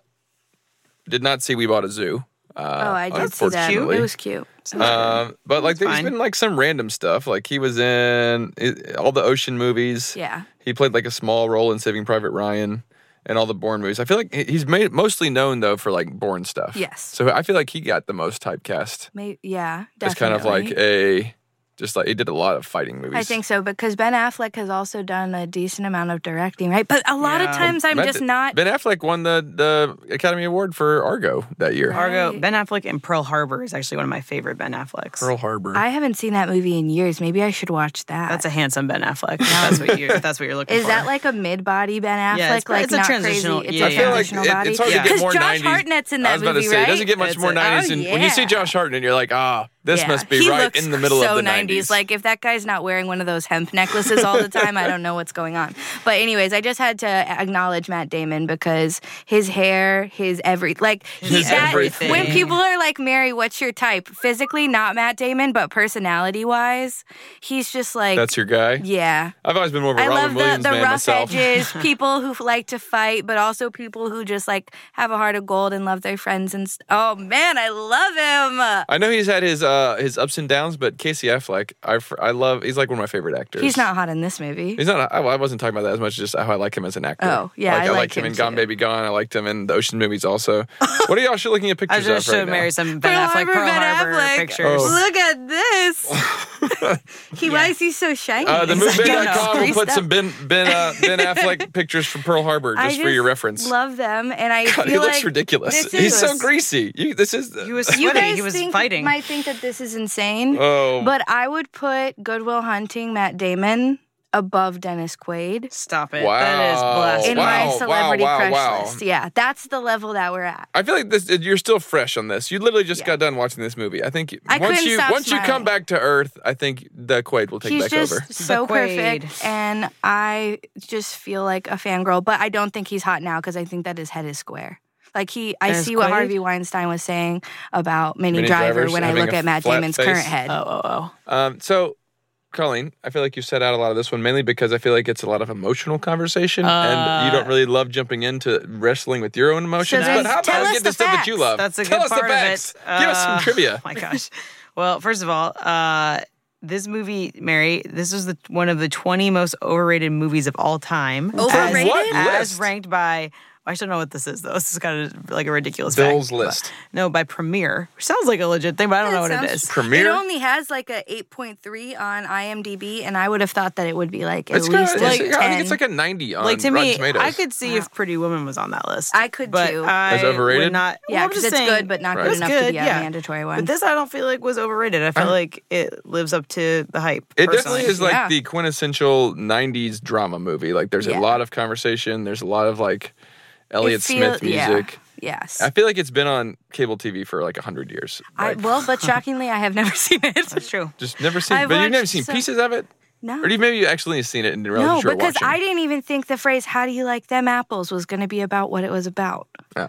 B: did not see We Bought a Zoo. Uh,
C: oh I did see that. It
B: unfortunately.
C: was cute.
B: Um, but like
A: That's
B: there's
A: fine.
B: been like some random stuff. Like he was in i all the ocean movies.
C: yeah.
B: He played like a small role in Saving Private Ryan and all the Bourne movies. I feel like he- he's made, mostly known though for like Bourne stuff.
C: Yes.
B: So I feel like he got the most typecast.
C: Maybe, yeah. Definitely.
B: It's kind of like a just like he did a lot of fighting movies.
C: I think so because Ben Affleck has also done a decent amount of directing, right? But a lot of
A: Yeah.
C: times I'm
B: Matt-
C: just not.
B: Ben Affleck won the the Academy Award for Argo that year.
A: Argo,
C: Right.
A: Ben Affleck, and Pearl Harbor is actually one of my favorite Ben Afflecks.
B: Pearl Harbor.
C: I haven't seen that movie in years. Maybe I should watch that.
A: That's a handsome Ben Affleck. if that's what you. If that's what you're looking
C: Is
A: for.
C: that like a mid-body Ben Affleck?
A: Yeah, it's-
C: like
A: it's a
C: not
A: transitional-
C: Crazy. It's
A: yeah,
C: a
A: yeah. I feel like
C: transitional
B: it-
C: body.
B: it's hard
A: Yeah.
B: to get more
C: Josh
B: 90s.
C: Hartnett's in that
B: I was about
C: movie,
B: to say
C: right?
B: it doesn't get much
A: It's
B: more
A: a-
B: 90s.
C: oh,
B: and when you see
C: yeah.
B: Josh Hartnett, you're like, ah, This
C: Yeah.
B: must be
C: He
B: right
C: looks
B: in the middle
C: so
B: of the
C: 90s.
B: 90s.
C: Like if that guy's not wearing one of those hemp necklaces all the time, I don't know what's going on. But anyways, I just had to acknowledge Matt Damon because his hair, his every like he-
B: His
C: that-
B: everything.
C: When people are like, "Mary, what's your type?" Physically, not Matt Damon, but personality wise, he's just like
B: That's your guy.
C: yeah.
B: I've always been more of a
C: I
B: Robin
C: love
B: Williams
C: the, the
B: man
C: rough
B: myself.
C: edges, people who like to fight, but also people who just like have a heart of gold and love their friends. And st- oh man, I love him.
B: I know he's had his uh, his ups and downs, but Casey Affleck, I, fr- I love. He's like one of my favorite actors.
C: He's not hot in this movie.
B: He's not. I, I wasn't talking about that as much. Just how I like him as an actor.
C: Oh, yeah,
B: like,
C: I
B: liked
C: like
B: him,
C: him
B: in Gone
C: too.
B: Baby Gone. I liked him in the Ocean movies also. what are y'all sh- looking at
A: I
B: pictures
A: just
B: of
A: should
B: right
A: have married
B: now?
A: some Ben Affleck Pearl Harbor pictures.
B: Oh.
C: Look at this. he why is he so shiny?
B: Uh, the
C: He's like,
A: movie-
B: MoveIn.com will
C: greased
B: put
C: up.
B: some Ben Ben uh, Ben Affleck pictures from Pearl Harbor just,
C: I
B: for your reference.
C: Love them, and I
B: God,
C: feel
B: he looks
C: like
B: ridiculous.
C: this
B: He's
C: is-
B: so greasy. You, this is
A: He was
C: You
A: sweaty.
C: guys
A: He was
C: think,
A: fighting.
C: might think that this is insane,
B: Oh.
C: but I would put Goodwill Hunting Matt Damon above Dennis Quaid.
A: Stop it.
B: Wow.
A: That is blasphemy.
C: in
B: Oh, Wow,
C: my
B: wow,
C: celebrity
B: wow,
C: crush
B: wow.
C: list. Yeah, that's the level that we're at.
B: I feel like this. You're still fresh on this. You literally just
C: Yeah.
B: got done watching this movie. I think
C: I
B: once
C: couldn't
B: you
C: stop
B: once you come
C: smiling.
B: back to Earth, I think the Quaid will take
C: He's
B: back
C: just
B: over.
C: so
A: The Quaid.
C: perfect, and I just feel like a fangirl. But I don't think he's hot now because I think that his head is square. Like he, I
A: Dennis
C: see what
A: Quaid?
C: Harvey Weinstein was saying about Minnie,
B: Minnie
C: Driver
B: Driver's
C: when I
B: having
C: look
B: a
C: at Matt
B: flat
C: Damon's
B: face.
C: current head.
A: Oh, oh, oh.
B: Um, so, Colleen, I feel like you set out a lot of this one mainly because I feel like it's a lot of emotional conversation,
A: Uh,
B: and you don't really love jumping into wrestling with your own emotions.
C: there's-
B: but how
C: tell
B: about
C: us
B: get
C: the
B: stuff that you
C: facts.
B: love?
A: That's a
B: tell
A: good
B: us
A: part
B: the
A: of it.
B: facts. Give us some
A: Uh,
B: trivia.
A: Oh my gosh. Well, first of all, uh, this movie, Mary, this was the one of the 20 most overrated movies of all time.
C: Overrated?
B: From what
A: As,
B: list?
A: as ranked by. I should know what this is though. This is kind of like a ridiculous
B: Bill's
A: fact, but-
B: list.
A: no, by Premiere, which sounds like a legit thing, but I don't know what
C: That
A: it
C: sounds-
A: is.
B: Premiere?
C: It only has like a 8.3 on IMDb, and I would have thought that it would be like at
B: It's
C: least
B: got,
C: a
B: like, I
C: 10.
B: think it's like a 90 on
A: Like to
B: Rotten
A: me,
B: Tomatoes.
A: I could see if Pretty Woman was on that list.
C: I could
A: but
C: too.
A: I
B: As overrated?
A: Would not, well,
C: yeah,
A: I'm
C: because
A: just
C: it's
A: saying-
C: good, but not
B: Right.
C: good
A: It's
C: enough to be a mandatory one.
A: But this I don't feel like was overrated. I felt like it lives up to the hype.
B: Uh-huh. It
A: personally.
B: definitely is like
C: Yeah.
B: the quintessential '90s drama movie. Like, there's
C: Yeah.
B: a lot of conversation. There's a lot of like Elliott
C: feel-
B: Smith
C: yeah.
B: music.
C: Yes.
B: I feel like it's been on cable TV for like hundred years.
C: I,
B: Like,
C: well, but shockingly, I have never seen it.
A: It's true.
B: just never seen.
C: I've
B: but you've never
C: watched
B: seen
C: so-
B: pieces of it,
C: No.
B: or do you maybe you actually seen it and realized
C: No,
B: you were
C: because
B: watching.
C: I didn't even think the phrase "How do you like them apples?" was going to be about what it was about.
B: Oh.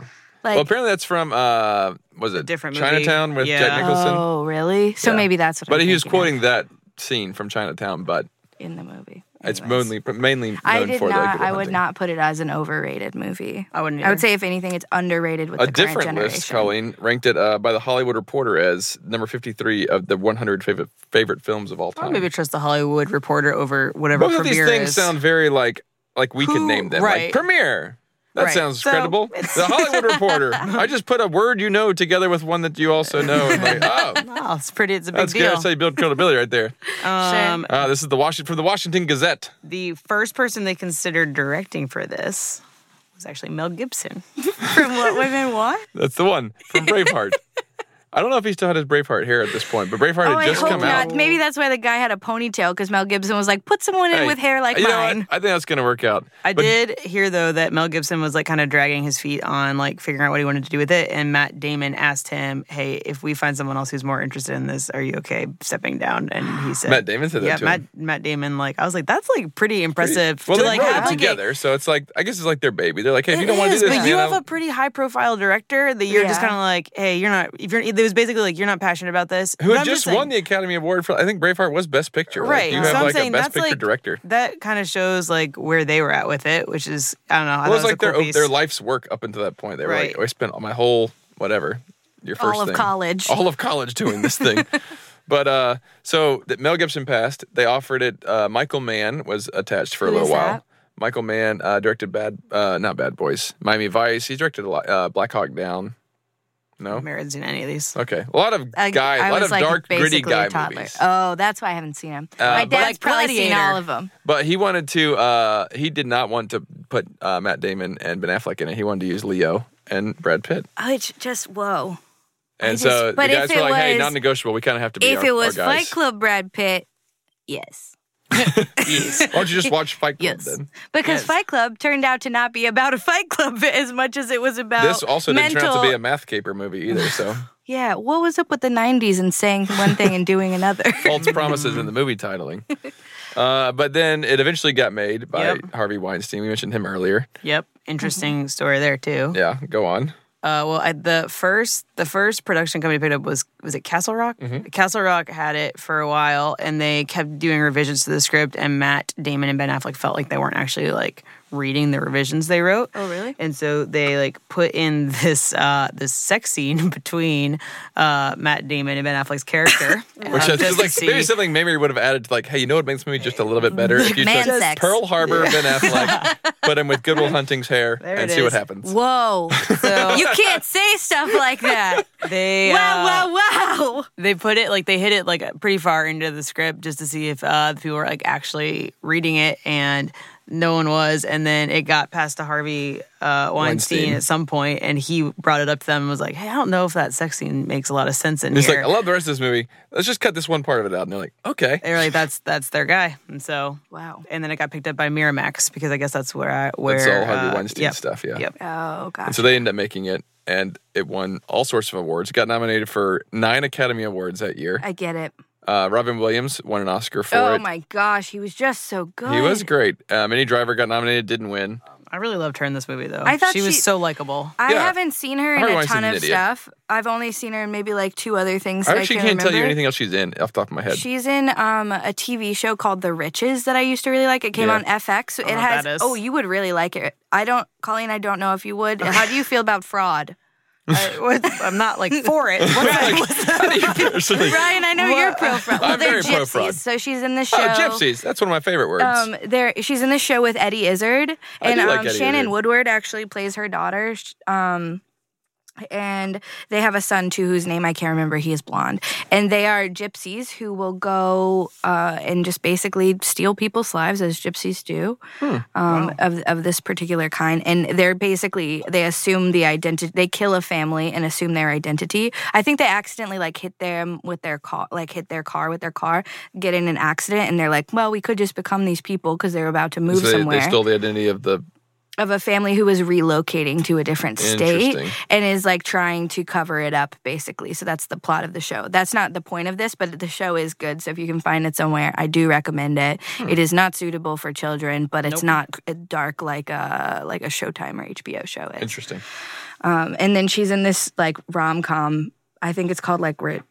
C: Like,
B: well, apparently that's from uh, was it
A: different movie.
B: Chinatown with Jack
A: Yeah.
B: Nicholson?
C: oh, really? So
B: Yeah.
C: maybe that's what.
B: but
C: I'm
B: he was
C: thinking of
B: quoting that scene from Chinatown. But
C: in the movie.
B: it's
C: Anyways.
B: mainly mainly known
C: I did
B: for the
C: not.
B: Good
C: I would
B: Hunting.
C: not put it as an overrated movie.
A: I wouldn't
C: I would
A: either.
C: say, if anything, it's underrated with
B: A
C: the
B: different
C: current generation.
B: list, Colleen, ranked it uh, by the Hollywood Reporter as number 53 of the 100 favorite favorite films of all
A: I'll
B: time.
A: maybe trust the Hollywood Reporter over whatever
B: Both of these
A: Premiere
B: things
A: is.
B: sound very like like we could
A: Who-
B: name them. Like
A: right.
B: premiere. That
A: Right.
B: sounds
A: So,
B: credible.
A: it's-
B: The Hollywood Reporter. I just put a word you know together with one that you also know. And like, oh,
A: oh, it's pretty. It's a big
B: that's good.
A: deal.
B: That's how you build credibility right there.
A: Um,
B: Uh, this is the Washington from the Washington Gazette.
A: The first person they considered directing for this was actually Mel Gibson.
C: From what women want?
B: That's the one from Braveheart. I don't know if he still had his Braveheart hair at this point, but Braveheart
C: Oh,
B: had
C: I
B: just
C: hope
B: come out.
C: not. Maybe that's why the guy had a ponytail because Mel Gibson was like, "Put someone in
B: Hey,
C: with hair like
B: you know what?
C: mine."
B: I think that's going to work out.
A: I
B: But
A: did hear though that Mel Gibson was like kind of dragging his feet on like figuring out what he wanted to do with it, and Matt Damon asked him, "Hey, if we find someone else who's more interested in this, are you okay stepping down?" And he said,
B: Matt Damon said that
A: "Yeah,
B: to
A: Matt
B: him.
A: Matt Damon." Like I was like, "That's like pretty impressive
B: Well,
A: to
B: they
A: like
B: wrote
A: have
B: it
A: like, a-
B: together, so it's like I guess it's like their baby. They're like, hey, if you don't want to
A: is,
B: do this,
A: but you
B: man,
A: have a pretty high profile director that you're just
C: Yeah.
A: kind of like, hey, you're not. If you're, it was basically like you're not passionate about this.
B: who
A: But
B: had
A: I'm
B: just
A: saying-
B: won the Academy Award for I think Braveheart was Best Picture. Like,
A: right?
B: you
A: so
B: have
A: I'm
B: like
A: saying
B: a Best
A: that's
B: Picture
A: like
B: director.
A: That kind of shows like where they were at with it, which is I don't know. I
B: Well,
A: thought
B: it was
A: a
B: like their
A: cool piece.
B: their life's work up until that point. They were like,
A: Right.
B: oh, I spent my whole whatever your first
C: All of
B: thing.
C: college.
B: all of college doing this thing. But uh, so that Mel Gibson passed. They offered it. Uh, Michael Mann was attached for a
C: Who
B: little
C: is
B: while.
C: that?
B: Michael Mann uh, directed Bad, uh, not Bad Boys, Miami Vice. He directed a lot, uh, Black Hawk Down. No,
A: I haven't seen any of these.
B: Okay, a lot of
C: I-
B: guy,
C: I
B: a lot
C: was,
B: of
C: like,
B: dark, gritty
C: basically a
B: guy
C: toddler.
B: movies. Uh,
C: Oh, that's why I haven't seen him. My
B: but-
C: dad's
A: Like
C: probably seen
A: Predator.
C: all of them.
B: But he wanted to. Uh, he did not want to put uh, Matt Damon and Ben Affleck in it. He wanted to use Leo and Brad Pitt.
C: Oh, it's just whoa.
B: And
C: just-
B: so the
C: but if
B: guys were
C: it
B: like, "Hey,
C: was-
B: non-negotiable. We kind of have to be."
C: If
B: our,
C: it was
B: our guys.
C: Fight Club Brad Pitt, yes.
B: Why don't you just watch Fight Club
C: Yes.
B: then?
C: Because
A: Yes.
C: Fight Club turned out to not be about a fight club as much as it was about
B: This also didn't
C: mental.
B: turn out to be a math caper movie either. So
C: yeah, what was up with the 90s and saying one thing and doing another?
B: false promises in the movie titling. Uh, but then it eventually got made by
A: Yep.
B: Harvey Weinstein. We mentioned him earlier.
A: Yep,
C: Mm-hmm.
A: interesting story there too.
B: Yeah, go on.
A: Uh, well, I, the first the first production company picked up was was it Castle Rock?
B: Mm-hmm.
A: Castle Rock had it for a while, and they kept doing revisions to the script. And Matt Damon and Ben Affleck felt like they weren't actually like reading the revisions they wrote.
C: Oh, really?
A: And so they like put in this uh, this sex scene between uh, Matt Damon and Ben Affleck's character,
B: Which
A: um,
B: I think
A: just
B: is
A: to
B: like
A: see-
B: maybe something maybe would have added to like, hey, you know what makes me just a little bit better if you
C: Man
B: took
C: sex.
B: Pearl Harbor, Ben Affleck, put him with Good Will Hunting's hair,
A: There
B: and
A: it
B: see what
A: is.
B: happens.
C: Whoa.
A: So-
C: you can't say stuff like that.
A: They uh,
C: Wow, wow, wow.
A: they put it like they hit it like pretty far into the script just to see if uh, the people were like actually reading it and no one was and then it got passed to harvey uh, weinstein,
B: Weinstein.
A: at some point and he brought it up to them and was like hey i don't know if that sex scene makes a lot of sense in
B: He's
A: here
B: like, I love the rest of this movie. Let's just cut this one part of it out. And they're like, okay.
A: they were like that's that's their guy and so
C: Wow.
A: and then it got picked up by miramax because i guess that's where i where
B: That's all Harvey
A: uh,
B: Weinstein
A: yep,
B: stuff, yeah.
A: yep
C: Oh, gosh.
B: And so they ended up making it, and it won all sorts of awards. It got nominated for nine Academy Awards that year.
C: I get it.
B: Uh, Robin Williams won an Oscar for
C: oh,
B: it.
C: my gosh. He was just so good.
B: He was great. Um, any driver got nominated, didn't win.
A: i really loved her in this movie though
C: I thought
A: she was
C: she-
A: so likable
C: I
B: Yeah.
C: haven't seen her in
B: Harvey
C: a
B: Weinstein's
C: ton
B: an
C: of
B: idiot.
C: stuff. I've only seen her in maybe like two other things.
B: I
C: that
B: actually
C: I
B: can't
C: can
B: tell you
C: remember.
B: anything else she's in off the top of my head.
C: She's in um, a TV show called The Riches that I used to really like. It came
B: Yeah.
C: on FX. It
A: know what
C: has.
A: that is.
C: Oh, you would really like it. I don't, Colleen. I don't know if you would. How do you feel about fraud,
A: I, was- i'm not like for it What's that?
B: Personally.
C: Ryan? I know you're pro fraud. Well,
B: I'm
C: they're
B: very pro
C: gypsies,
B: fraud.
C: so she's in the show.
B: Oh, gypsies. That's one of my favorite words.
C: Um, there she's in the show with Eddie Izzard, and
B: do like
C: um,
B: Eddie
C: Shannon
B: Izzard.
C: Woodward actually plays her daughter. Sh- Um, and they have a son too, whose name I can't remember. He is blonde, and they are gypsies who will go uh, and just basically steal people's lives as gypsies do, um, of of this particular kind. And they're basically they assume the identity. They kill a family and assume their identity. I think they accidentally like hit them with their car, like hit their car with their car, get in an accident, and they're like, well, we could just become these people because they're about to move
B: So they,
C: somewhere
B: they stole the identity of the.
C: of a family who is relocating to a different state
B: Interesting.
C: and is like trying to cover it up basically so that's the plot of the show that's not the point of this but the show is good so if you can find it somewhere i do recommend it
B: Hmm.
C: it is not suitable for children but it's not c- dark like a like a showtime or hbo show is
B: Interesting.
C: um, and then she's in this like rom-com i think it's called like return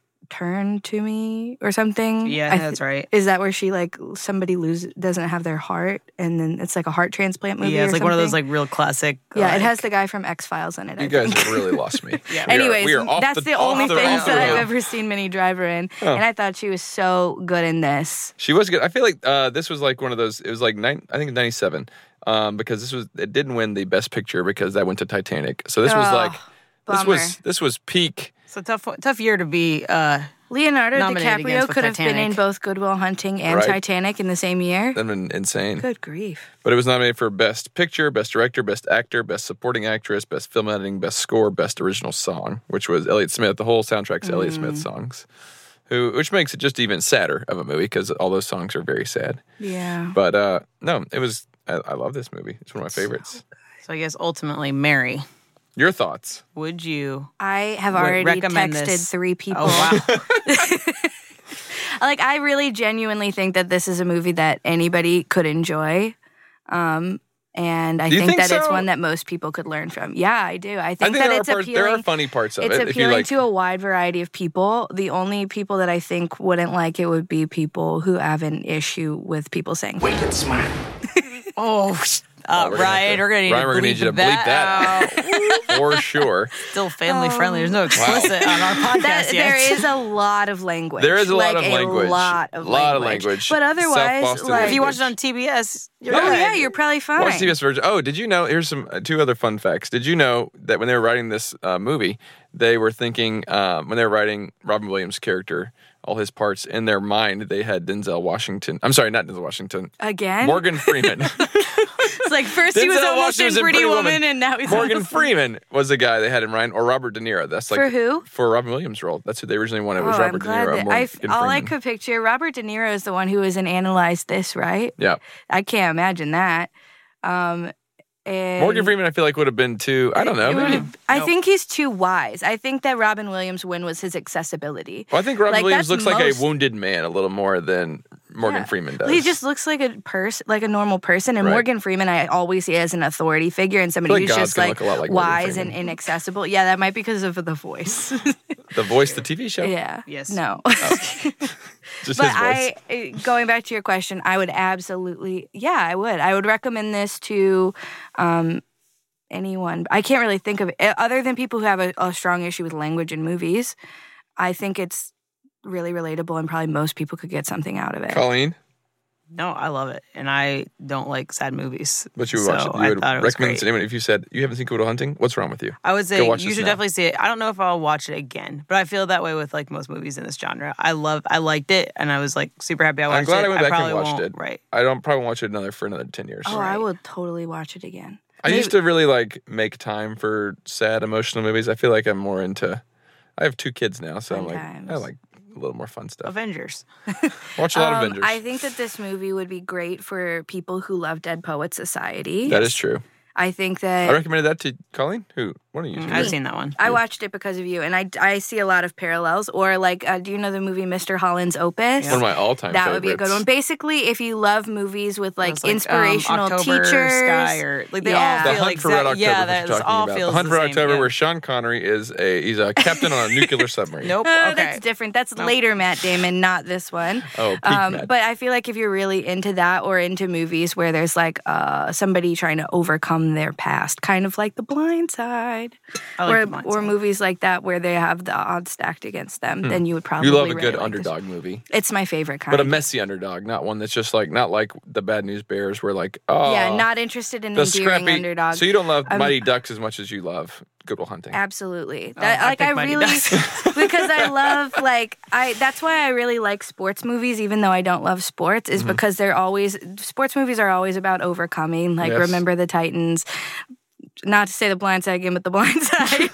C: to me or something
A: yeah
C: I
A: I think
C: th-
A: that's right
C: is that where she like somebody loses doesn't have their heart and then it's like a heart transplant movie
A: yeah it's
C: or
A: like one of those
C: something?
A: like real classic uh,
C: Yeah,
A: like-
C: it has the guy from X Files in it. I
B: You guys
C: think.
B: have really lost me. yeah.
C: Anyways, that's the, only thing
B: thing
C: that I've ever seen Minnie Driver in,
B: Oh.
C: and I thought she was so good in this.
B: She was good. I feel like uh, this was like one of those. It was like nine. I think ninety seven. Um, because this was it didn't win the best picture because that went to Titanic. So this was
C: Oh,
B: like this was
C: bummer.
B: this was peak.
A: So tough, tough year to be. Uh,
C: Leonardo
A: Nominated again
C: DiCaprio
A: for
C: could have been in
A: Titanic.
C: both Goodwill Hunting and
B: Right.
C: Titanic in the same year.
B: That'd been insane.
C: Good grief!
B: But it was nominated for best picture, best director, best actor, best supporting actress, best film editing, best score, best original song, which was Elliott Smith. The whole soundtrack's Elliott Smith
C: Mm.
B: songs, who which makes it just even sadder of a movie because all those songs are very sad.
C: Yeah,
B: But uh, no, it was. I, I love this movie. It's one of my favorites.
A: so I guess ultimately, Mary,
B: Your thoughts?
A: would you?
C: I have
A: Would
C: already
A: recommend
C: texted
A: this.
C: three people.
A: Oh wow!
C: Like, I really genuinely think that this is a movie that anybody could enjoy. Um, and I
B: Do you
C: think,
B: think
C: that it's
B: so?
C: one that most people could learn from. Yeah, I do. I
B: I
C: think,
B: think
C: that
B: there,
C: it's
B: are parts,
C: appealing.
B: there are funny parts of
C: it's
B: it. if you
C: appealing
B: like,
C: to a wide variety of people. The only people that I think wouldn't like it would be people who have an issue with people saying.
E: Wait, it's smart.
A: oh, uh,
B: we're gonna have
A: Ryan,
B: to-
A: we're gonna need
B: Ryan,
A: to
B: we're gonna
A: bleep
B: need you to bleep
A: that.
B: that for sure.
A: out. Still family friendly. There's no explicit on our podcast
C: That,
A: yet.
C: There is a lot of language.
B: There is a lot
C: like,
B: of language.
C: A lot of
B: Lot of
C: language.
B: language.
C: But
B: South
C: otherwise,
B: Boston
C: like,
A: if you watch it on
B: language.
A: TBS, you're
C: oh
A: good.
C: yeah, you're probably fine.
B: Watch CBS version. Oh, did you know? Here's some uh, two other fun facts. Did you know that when they were writing this uh, movie, they were thinking um, when they were writing Robin Williams' character, all his parts in their mind, they had Denzel Washington. I'm sorry, not Denzel Washington.
C: Again,
B: Morgan Freeman.
A: It's like first he was
B: Denzel
A: almost
B: Washington was
A: in Pretty Woman, and now he's
B: Morgan
A: almost-
B: Freeman was the guy they had in mind, or Robert De Niro. That's like
C: For who?
B: For Robin Williams' role. That's who they originally wanted.
C: Oh,
B: was Robert
C: I'm
B: De
C: glad
B: Niro.
C: that
B: Morgan
C: I, all I
B: Freeman.
C: could picture Robert De Niro is the one who was in Analyze This, right?
B: Yeah,
C: I can't imagine that. Um, and
B: Morgan Freeman. I feel like would have been too. I don't know.
C: it
B: Maybe.
C: would've- I think he's too wise. I think that Robin Williams' win was his accessibility.
B: Well, I think Robin
C: like,
B: Williams
C: that's
B: looks like a
C: most-
B: wounded man a little more than Morgan
C: Yeah.
B: Freeman does.
C: Well, he just looks like a person, like a normal person. And
B: Right.
C: Morgan Freeman, I always see as an authority figure and somebody
B: like
C: who's
B: God's
C: just
B: gonna
C: like,
B: look a lot like Morgan
C: wise and
B: Freeman.
C: inaccessible. Yeah, that might be because of the voice.
B: the voice, the TV show.
C: yeah.
A: Yes.
C: No.
B: just
C: but
B: his voice.
C: I, uh, going back to your question, I would absolutely, yeah, I would. I would recommend this to um, anyone. I can't really think of it other than people who have a, a strong issue with language in movies. I think it's really relatable, and probably most people could get something out of it.
B: Colleen,
A: No, I love it, and I don't like sad movies.
B: but you would
A: so
B: watch it. You
A: I
B: would
A: thought
B: recommend
A: it was
B: this
A: great.
B: to anyone if you said you haven't seen Kudo Hunting. What's wrong with you?
A: I would say
B: Go watch
A: you
B: this
A: should
B: now.
A: definitely see it. I don't know if I'll watch it again, but I feel that way with like most movies in this genre. I love, I liked it, and I was like super happy I watched
B: I'm glad
A: it.
B: I went back
A: probably
B: and watched
A: won't,
B: it.
A: Right.
B: I don't probably watch it another for another ten years.
C: Oh, I will totally watch it again.
B: I used to really like make time for sad emotional movies. I feel like I'm more into. I have two kids now, so I'm like
C: Sometimes.
B: I like a little more fun stuff.
A: Avengers.
B: Watch a lot
C: Um,
B: of Avengers.
C: I think that this movie would be great for people who love Dead Poets Society.
B: that is true.
C: I think
B: I
C: that Mm-hmm.
B: recommended that to Colleen. Who? One of you.
A: I've seen that one.
C: I watched it because of you, and I, I see a lot of parallels. Or like, uh, do you know the movie Mr. Holland's Opus?
B: One of my all-time.
C: That would be a good
B: favorites.
C: one. Basically, if you love movies with
A: It
C: like,
A: was, um,
C: inspirational
A: October
C: teachers,
A: Sky or like they
C: Yeah.
A: all
B: The
A: feel
B: Hunt
A: like
B: for Red October.
A: Yeah,
B: that
A: that's
B: you're talking
A: all
B: about.
A: feels
B: The Hunt
A: the
B: for
A: same,
B: October,
A: yeah.
B: where Sean Connery is a he's a captain on a nuclear submarine.
A: Nope.
C: Oh,
A: okay.
C: that's different. That's later Matt Damon, not this one. Um,
B: Oh, peak Matt.
C: but I feel like if you're really into that or into movies where there's like uh, somebody trying to overcome their past, kind of like The Blind Side,
A: I like
C: or,
A: The Blind
C: or
A: Side.
C: movies like that where they have the odds stacked against them, then you would probably
B: Hmm. You love a
C: really
B: good
C: like this.
B: underdog movie,
C: It's my favorite kind.
B: but a messy underdog, not one that's just like not like the Bad News Bears, where like oh
C: yeah, not interested in
B: the
C: endearing
B: scrappy
C: underdog.
B: So you don't love
C: Um,
B: Mighty Ducks as much as you love Good Will Hunting.
C: Absolutely.
B: Oh,
C: That,
A: I
C: like I,
A: think mine
C: really
A: does.
C: because I love like I that's why I really like sports movies even though I don't love sports
B: Mm-hmm.
C: is because they're always sports movies are always about overcoming like
B: Yes.
C: remember the Titans not to say the blind side again but the blind side.
B: you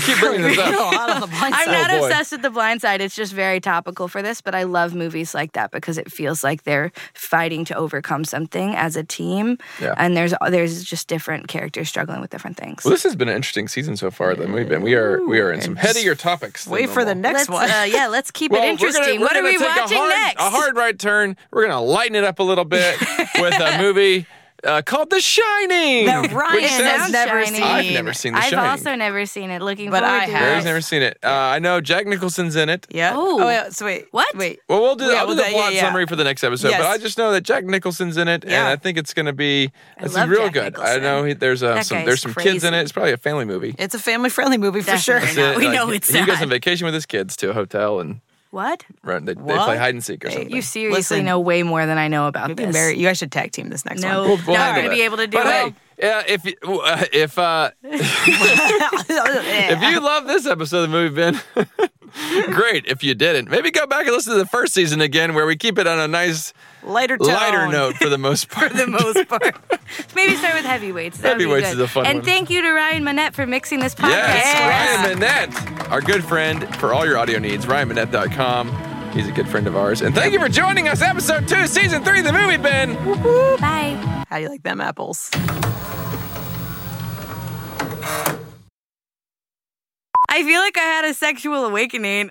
B: keep bringing this
A: A
B: up.
A: lot on the blind
C: I'm
A: side.
C: not
B: Oh, boy.
C: obsessed with the blind side. It's just very topical for this, but I love movies like that because it feels like they're fighting to overcome something as a team
B: Yeah.
C: and there's there's just different characters struggling with different things.
B: Well, this has been an interesting season so far. Then we've been we are we are in some headier topics. than
A: Wait for the
B: normal.
A: next
C: Let's,
A: one.
C: uh, yeah, let's keep
B: Well,
C: it interesting.
B: We're
C: what
B: gonna,
C: are
B: we're
C: we
B: gonna take
C: watching
B: a hard,
C: next?
B: A hard right turn. We're gonna lighten it up a little bit with a movie uh, called The Shining.
A: that
B: which
A: Ryan has
B: sounds-
A: never
C: Shining.
A: seen.
B: I've never seen The
C: I've
B: Shining.
C: also never seen it. Looking
A: But
C: forward
A: I
C: to
A: have.
B: Barry's
C: it.
B: never seen it. Uh, I know Jack Nicholson's in it.
A: Yeah.
C: Oh.
A: yeah, so wait.
C: What?
A: Wait.
B: Well, we'll do.
A: Yeah,
B: I'll
A: we'll
B: do the
A: do- yeah,
B: plot
A: yeah.
B: summary for the next episode.
A: Yes.
B: But I just know that Jack Nicholson's in it,
A: Yeah.
B: and I think it's going to be. It's
C: love
B: real
C: Jack
B: good. I
C: Nicholson.
B: know he, there's uh,
C: That
B: some
C: guy's
B: there's some kids in
C: crazy.
B: it. It's probably a family movie.
A: It's a family-friendly movie for sure.
C: Definitely.
B: That's
C: not. We know
B: he-
C: it's
B: He goes
C: not.
B: on vacation with his kids to a hotel and
C: What?
B: run. They, they
A: What?
B: play hide and seek or
A: Hey,
B: something.
C: You seriously
A: Listen.
C: know way more than I know about
A: Maybe
C: this.
A: Barry, you guys should tag team this next
C: No.
A: one.
B: We'll- we'll
C: Not
B: handle
C: gonna
B: that.
C: be able to do
B: But
C: it.
B: hey, uh, if you- uh, if uh, if you love this episode of the movie, Ben, great. If you didn't, maybe go back and listen to the first season again, where we keep it on a nice
A: Lighter tone.
B: lighter note for the most part.
A: For the most part.
C: Maybe start with heavyweights. That would be
B: Heavyweights
C: good.
B: is a fun
C: and
B: one.
C: thank you to Ryan Manette for mixing this podcast.
B: Yes,
C: for us.
B: Ryan Manette, our good friend for all your audio needs, ryanmanette.com. He's a good friend of ours. And thank you for joining us, episode two, season three of the movie, Ben.
C: Bye.
A: How do you like them apples?
C: I feel like I had a sexual awakening.